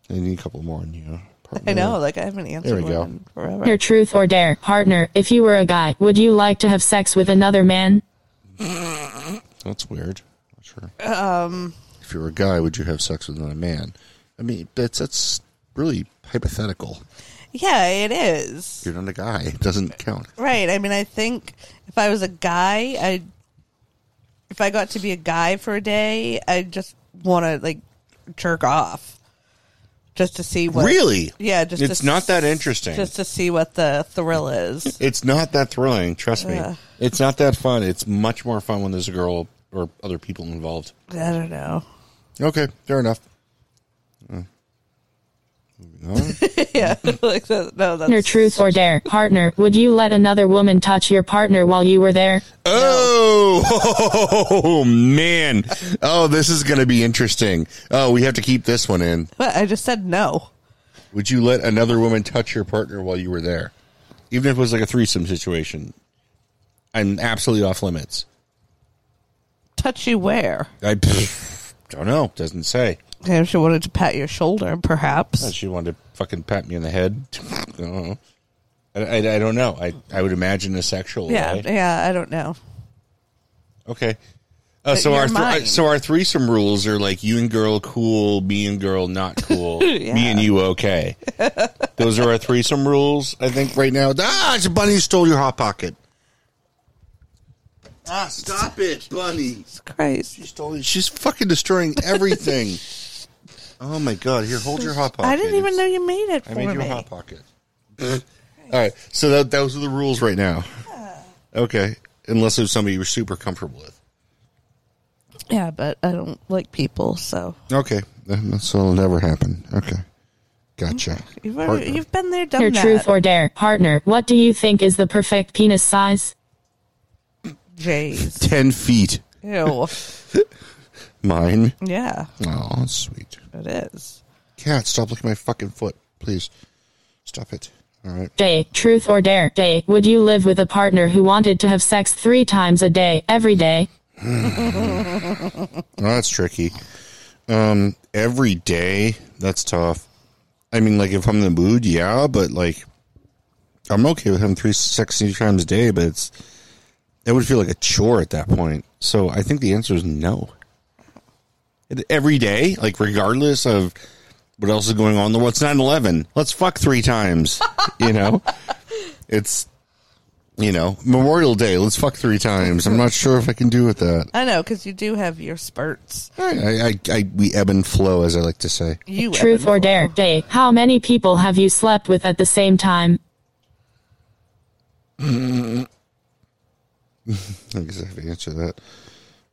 I need a couple more on you. I know. Like I haven't answered we go. one in forever. Partner, truth or dare? Partner, if you were a guy, would you like to have sex with another man? That's weird. Not sure. Um, if you were a guy, would you have sex with another man? I mean, that's that's really hypothetical. Yeah, it is. You're not a guy; it doesn't count. Right. I mean, I think if I was a guy, I if I got to be a guy for a day, I just want to like jerk off just to see what. Really? Yeah. Just It's to not s- that interesting. Just to see what the thrill is. It's not that thrilling. Trust me. Ugh. It's not that fun. It's much more fun when there's a girl or other people involved. I don't know. Okay, fair enough. Uh, moving on. yeah. Like that, no, Partner, that's truth or dare? Partner, would you let another woman touch your partner while you were there? oh, man! Oh, this is going to be interesting. Oh, we have to keep this one in. What? I just said no. Would you let another woman touch your partner while you were there, even if it was like a threesome situation? I'm absolutely off limits. Touch you where? I pff, don't know. Doesn't say. Yeah, If she wanted to pat your shoulder, And perhaps. she wanted to fucking pat me in the head. I don't know. I, I- I don't know. I, I would imagine a sexual Yeah. way. Yeah. I don't know. Okay. Uh, so you're our mine. th- so our threesome rules are like you and girl cool, me and girl not cool, me and you okay. Those are our threesome rules. I think right now. Ah, it's a bunny who stole your hot pocket. Ah, stop it, bunny. It's Christ. She's fucking destroying everything. oh my god! Here, hold your hot pocket. I didn't even know you made it for I made you me. a hot pocket. All right, so that those are the rules right now. Okay, unless it was somebody you were super comfortable with. Yeah, but I don't like people, so Okay, so it'll never happen. Okay, gotcha. you've already, Partner. you've been there, done Partner, that. truth or dare? Partner, what do you think is the perfect penis size? Jays. Ten feet. Ew. Mine. yeah, Oh, sweet. it is. Cat, stop looking at my fucking foot, please. Stop it. All right. Day, truth or dare. Day, would you live with a partner who wanted to have sex three times a day, every day? Well, that's tricky. Um, every day, that's tough. I mean, like if I'm in the mood, yeah, but like I'm okay with having three sexy times a day, but it's that would feel like a chore at that point. So I think the answer is no. And Every day, like regardless of what else is going on, what's 9 11? Let's fuck three times. You know, it's, you know, Memorial Day, let's fuck three times. I'm not sure if I can do with that. I know, because you do have your spurts. I, I, I, we ebb and flow, as I like to say. You Truth Evan. or dare. Day, how many people have you slept with at the same time? I guess I have to answer that.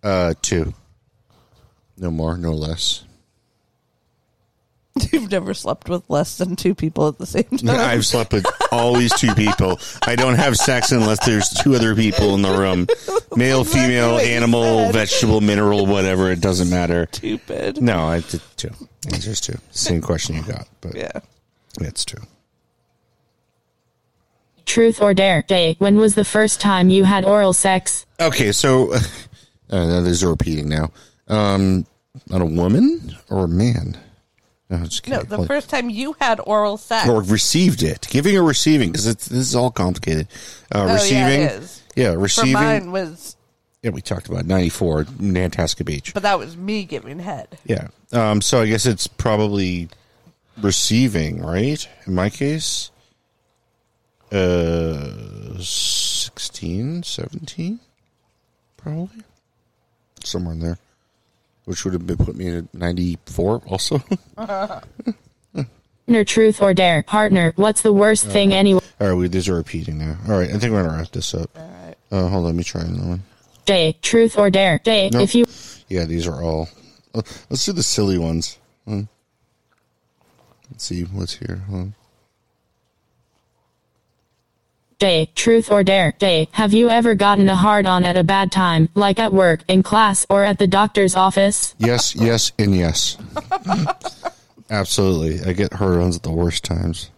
Uh, two. No more, no less. You've never slept with less than two people at the same time. I've slept with always two people. I don't have sex unless there's two other people in the room. Male, female, what you animal, said. vegetable, mineral, whatever. It doesn't matter. Stupid. No, I did two. Answer's two. Same question you got, but Yeah. it's two. Truth or dare. Day, when was the first time you had oral sex? Okay, so uh, no, these are repeating now. Um, on a woman or a man? No, I'm just No, kidding. the Like- first time you had oral sex. or received it, giving or receiving, because this is all complicated. Uh, Oh, yeah, receiving, it is. yeah, For receiving. mine was, Yeah, we talked about ninety four Nantasca Beach. but that was me giving head. yeah, um, so I guess it's probably receiving, right? In my case, uh, 16, 17, probably somewhere in there, which would have been put me at ninety four. Also, Partner, truth or dare. Partner, what's the worst thing anyone? all right, we, these are repeating now. All right, I think we're gonna wrap this up. All right, uh, hold on, let me try another one. Day, truth or dare. Day, Nope. if you Yeah, these are all. uh, Let's do the silly ones. Hmm. Let's see what's here. Hmm. Hold on. Day, truth or dare. Day, have you ever gotten a hard on at a bad time, like at work, in class, or at the doctor's office? Yes, yes, and yes. Absolutely. I get hard ons at the worst times.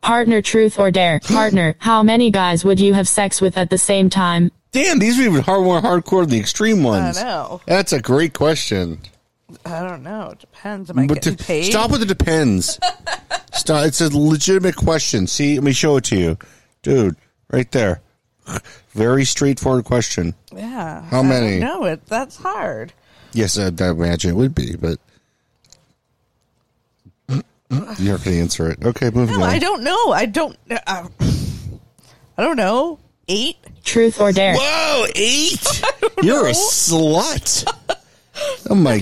Partner, truth or dare. Partner, how many guys would you have sex with at the same time? Damn, these are even hard, more hardcore than the extreme ones. know. That's a great question. I don't know. It depends. Am I But getting de- paid? stop with the depends. stop. It's a legitimate question. See, let me show it to you. Dude, right there. Very straightforward question. Yeah. How many? No, it. That's hard. Yes, I, I imagine it would be, but you're not going to answer it. Okay, moving No, on. I don't know. I don't. Uh, I don't know. Eight. Truth or dare. Whoa, eight! you're a slut. Oh my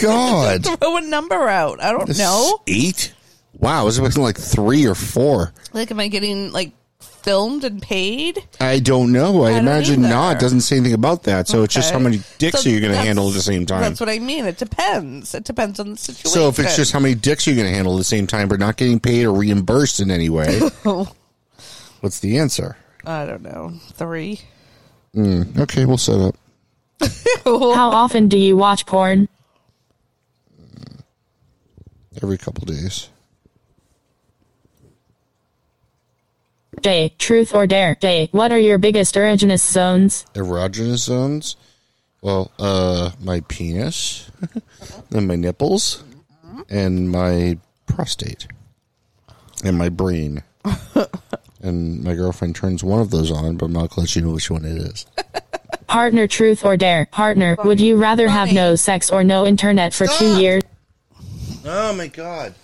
god! Throw a number out. I don't know. eight. Wow, I was expecting like three or four. Like, am I getting like filmed and paid? I don't know. I, don't imagine either. not. It doesn't say anything about that. So it's just how Okay. many dicks Uh, So are you going to that's- handle at the same time? That's what I mean. It depends. It depends on the situation. So if it's just how many dicks are you going to handle at the same time, but not getting paid or reimbursed in any way, what's the answer? I don't know, three. Okay, we'll set up. How often do you watch porn? every couple days. Day, truth or dare. Day, what are your biggest erogenous zones? Erogenous zones. Well, uh, my penis, and my nipples, and my prostate, and my brain. and my girlfriend turns one of those on, but I'm not gonna let you know which one it is. Partner, truth or dare. Partner, would you rather have no sex or no internet for two years? Oh my god!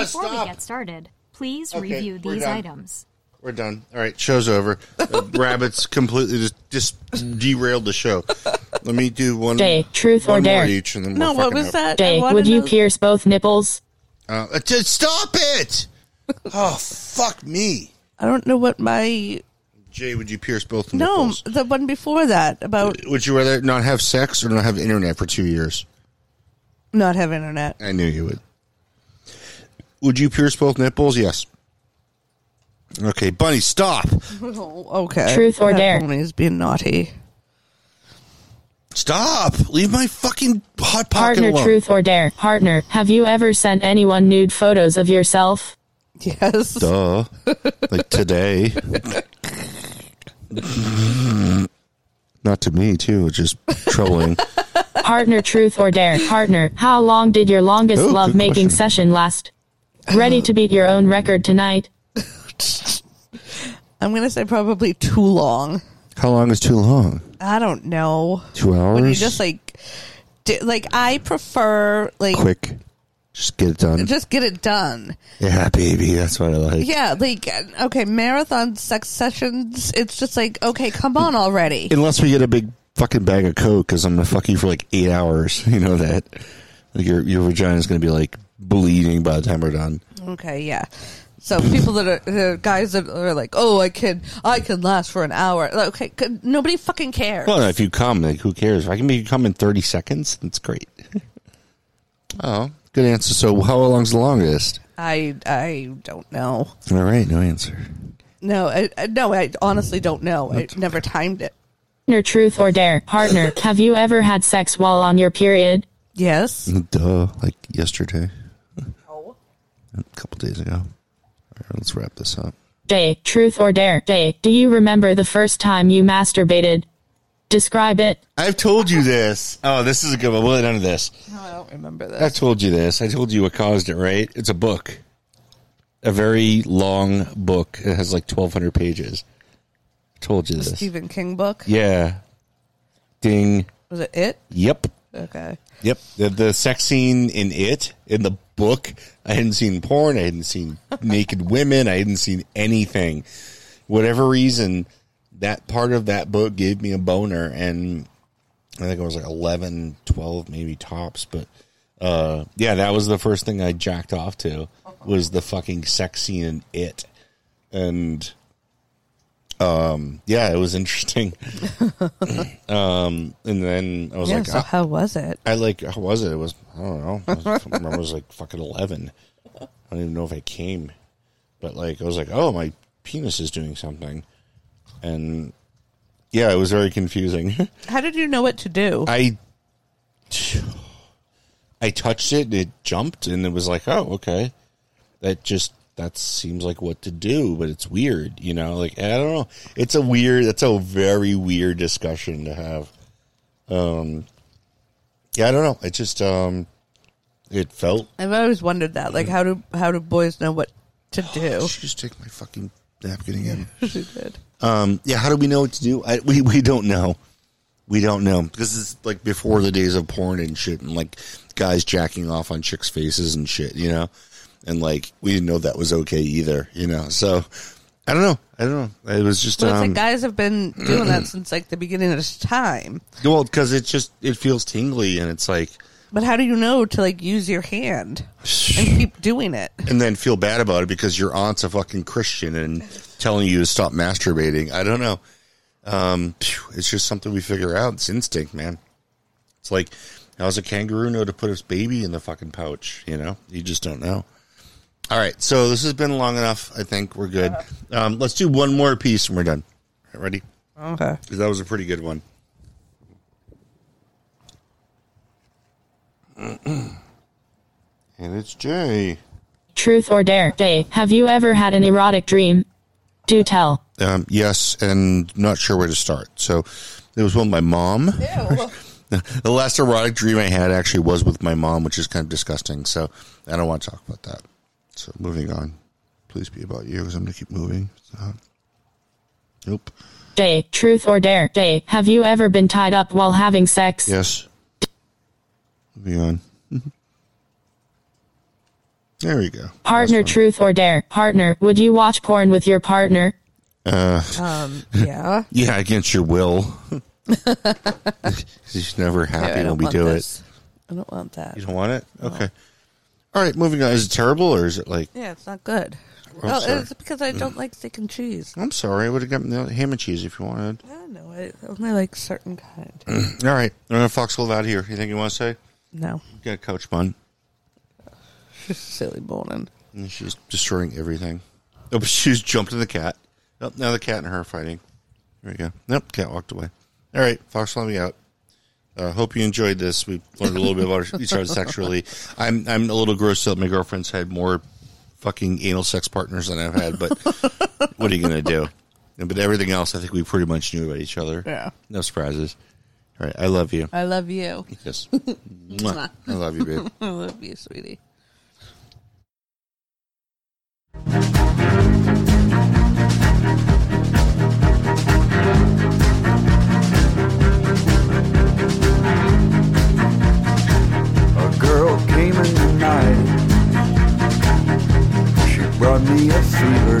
Before we get started, please Okay, review we're these done. items. We're done. All right, show's over. Uh, Rabbits completely just, just derailed the show. Let me do one. Day, truth or one more dare. each, and then No, we're what fucking was up. that? I Day, wanna would you know- pierce both nipples? Uh, uh, t- stop it! Oh, fuck me. I don't know what my Jay, would you pierce both no nipples? the one before that about Would you rather not have sex or not have internet for two years? not have internet. I knew you would. Would you pierce both nipples? Yes. Okay, Bunny, stop. Okay, Truth or That dare. woman is being naughty. Stop! Leave my fucking hot pocket Partner, alone. truth or dare. Partner, have you ever sent anyone nude photos of yourself? Yes. Uh, Duh. like today. Not to me, too. It's just troubling. Partner, truth or dare. Partner, how long did your longest Oh, good love making question. session last? Ready to beat your own record tonight? I'm going to say probably too long. How long is too long? I don't know. Two hours? When you just like, di- like I prefer like Quick. Just get it done. just get it done. yeah, baby. That's what I like. Yeah, like okay, marathon sex sessions. It's just like okay, come on already. Unless we get a big fucking bag of coke, because I'm gonna fuck you for like eight hours. You know that like your your vagina's gonna be like bleeding by the time we're done. Okay, yeah. So people that are the guys that are like, oh, I can I can last for an hour. Like, Okay, good. nobody fucking cares. Well, if you come, like, who cares? If I can make you come in thirty seconds, that's great. Oh, good answer. So how long's the longest? I I don't know. All right, no answer. No, I, I, no, I honestly don't know. I never timed it. Partner, truth or dare. Partner, have you ever had sex while on your period? Yes. Duh, like yesterday. No. A couple days ago. All right, let's wrap this up. Day, truth or dare. Day, do you remember the first time you masturbated? Describe it. I've told you this. Oh, this is a good one. We'll end on this. No, I don't remember I this. told you this. I told you what caused it, right? It's a book, a very long book. It has like twelve hundred pages. I told you this. Stephen King book. Yeah. Ding. Was it it? Yep. Okay. Yep. The, the sex scene in it, in the book, I hadn't seen porn. I hadn't seen naked women. I hadn't seen anything. Whatever reason, that part of that book gave me a boner. And I think I was like 11, 12, maybe tops. But uh, yeah, that was the first thing I jacked off to was the fucking sex scene in it. And um, yeah, it was interesting. um, and then I was Yeah. like, so "Ah, how was it? I like how was it? It was I don't know. I was, I was like fucking eleven. I don't even know if I came, but like I was like, oh, my penis is doing something, and yeah, it was very confusing. How did you know what to do? I I touched it and it jumped and it was like, oh, okay. That just that seems like what to do, but it's weird, you know. Like I don't know. It's a weird. That's a very weird discussion to have. Um, yeah, I don't know. It just um, it felt. I've always wondered that. Like, how do how do boys know what to do? Just take my fucking napkin again. she did. Um, Yeah, how do we know what to do? I, we we don't know. We don't know because it's like before the days of porn and shit, and like guys jacking off on chicks' faces and shit, you know, and like we didn't know that was okay either, you know. So I don't know. I don't know. It was just Well, it's um, like guys have been doing that since like the beginning of time. well because it just it feels tingly and it's like But how do you know to like use your hand and keep doing it? and then feel bad about it because your aunt's a fucking Christian and telling you to stop masturbating. I don't know. Um, phew, it's just something we figure out. It's instinct, man. It's like how's a kangaroo know to put its baby in the fucking pouch? You know, you just don't know. All right, so this has been long enough. I think we're good. Um, let's do one more piece and we're done. All right, ready? Okay. 'Cause that was a pretty good one. and it's Jay. Truth or dare. Day, have you ever had an erotic dream? Do tell. Um, yes, and not sure where to start. So it was with my mom. the last erotic dream I had actually was with my mom, which is kind of disgusting. So I don't want to talk about that. So moving on. Please be about you because I'm going to keep moving. So. Nope. Day, truth or dare. Day, have you ever been tied up while having sex? Yes. Moving on. there we go. Partner, truth or dare. Partner, would you watch porn with your partner? Um. Yeah. Yeah, against your will. She's never Yeah, I happy don't when we want do it. this. I don't want that. You don't want it? Okay. All right, moving on. Is it terrible or is it like Yeah, it's not good. I'm well, sorry. it's because I don't like steak and cheese. I'm sorry, I would have gotten the ham and cheese if you wanted. I don't know. I only like certain kind. All right. I'm gonna foxhole out here. You think you wanna say? No, Got a couch bun. silly morning. And she's destroying everything. Oh, but she's jumped in the cat. Oh, now the cat and her are fighting. There we go. Nope, cat walked away. All right, foxhole me out. Uh, hope you enjoyed this. We learned a little bit about each other sexually. I'm I'm a little grossed out. My girlfriend's had more fucking anal sex partners than I've had, but what are you gonna do? And- But everything else, I think we pretty much knew about each other. Yeah. No surprises. All right. I love you. I love you. Yes. Mwah. I love you, babe. I love you, sweetie. A girl came in the night. She brought me a fever.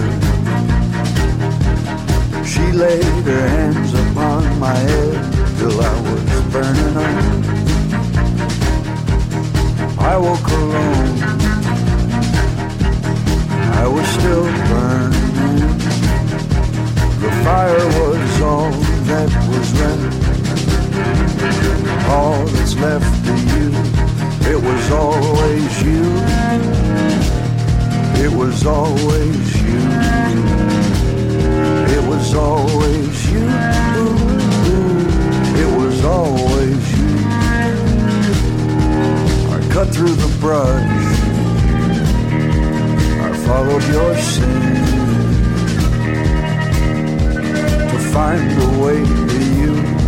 She laid her hands upon my head till I was burning up. I woke alone. I was still burning. The fire was all that was left. All that's left of you. It was always you. It was always you. It was always you. It was always you. I cut through the brush. I followed your sin to find the way to you.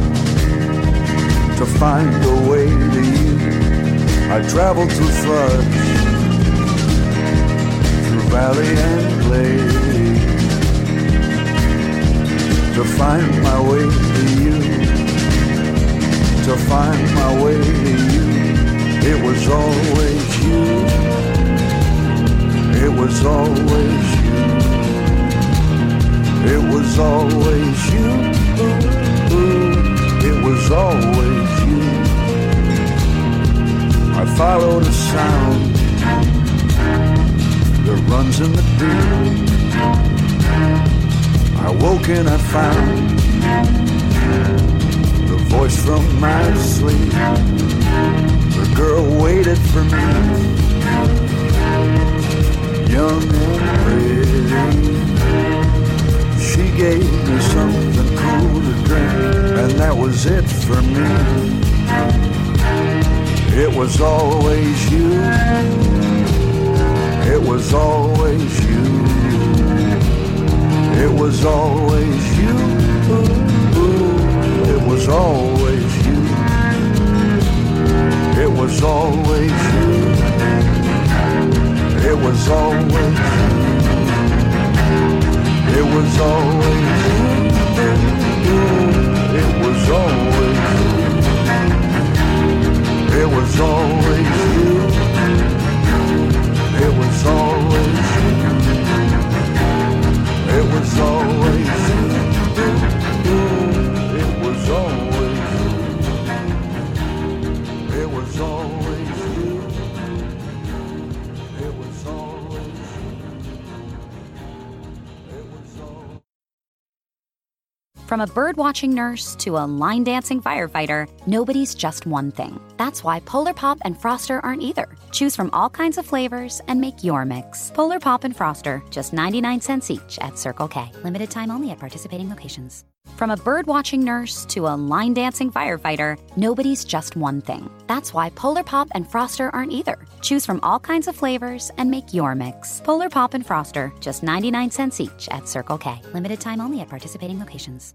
To find the way to you. I traveled through floods, through valley and plain, to find my way to you, to find my way to you. It was always you, it was always you, it was always you, Ooh, ooh. it was always you. I follow the sound that runs in the deep. I woke and I found the voice from my sleep. The girl waited for me, young and pretty. She gave me something cool to drink, and that was it for me. It was always you. It was always you. It was always you. It was always you. It was always you. It was always you. It was always you. It was always you. It was always you. It was always you. It was always you. It was always you. It was always you. It was always you. It was always. From a birdwatching nurse to a line dancing firefighter, nobody's just one thing. That's why Polar Pop and Froster aren't either. Choose from all kinds of flavors and make your mix. Polar Pop and Froster, just 99 cents each at Circle K. Limited time only at participating locations. From a birdwatching nurse to a line dancing firefighter, nobody's just one thing. That's why Polar Pop and Froster aren't either. Choose from all kinds of flavors and make your mix. Polar Pop and Froster, just 99 cents each at Circle K. Limited time only at participating locations.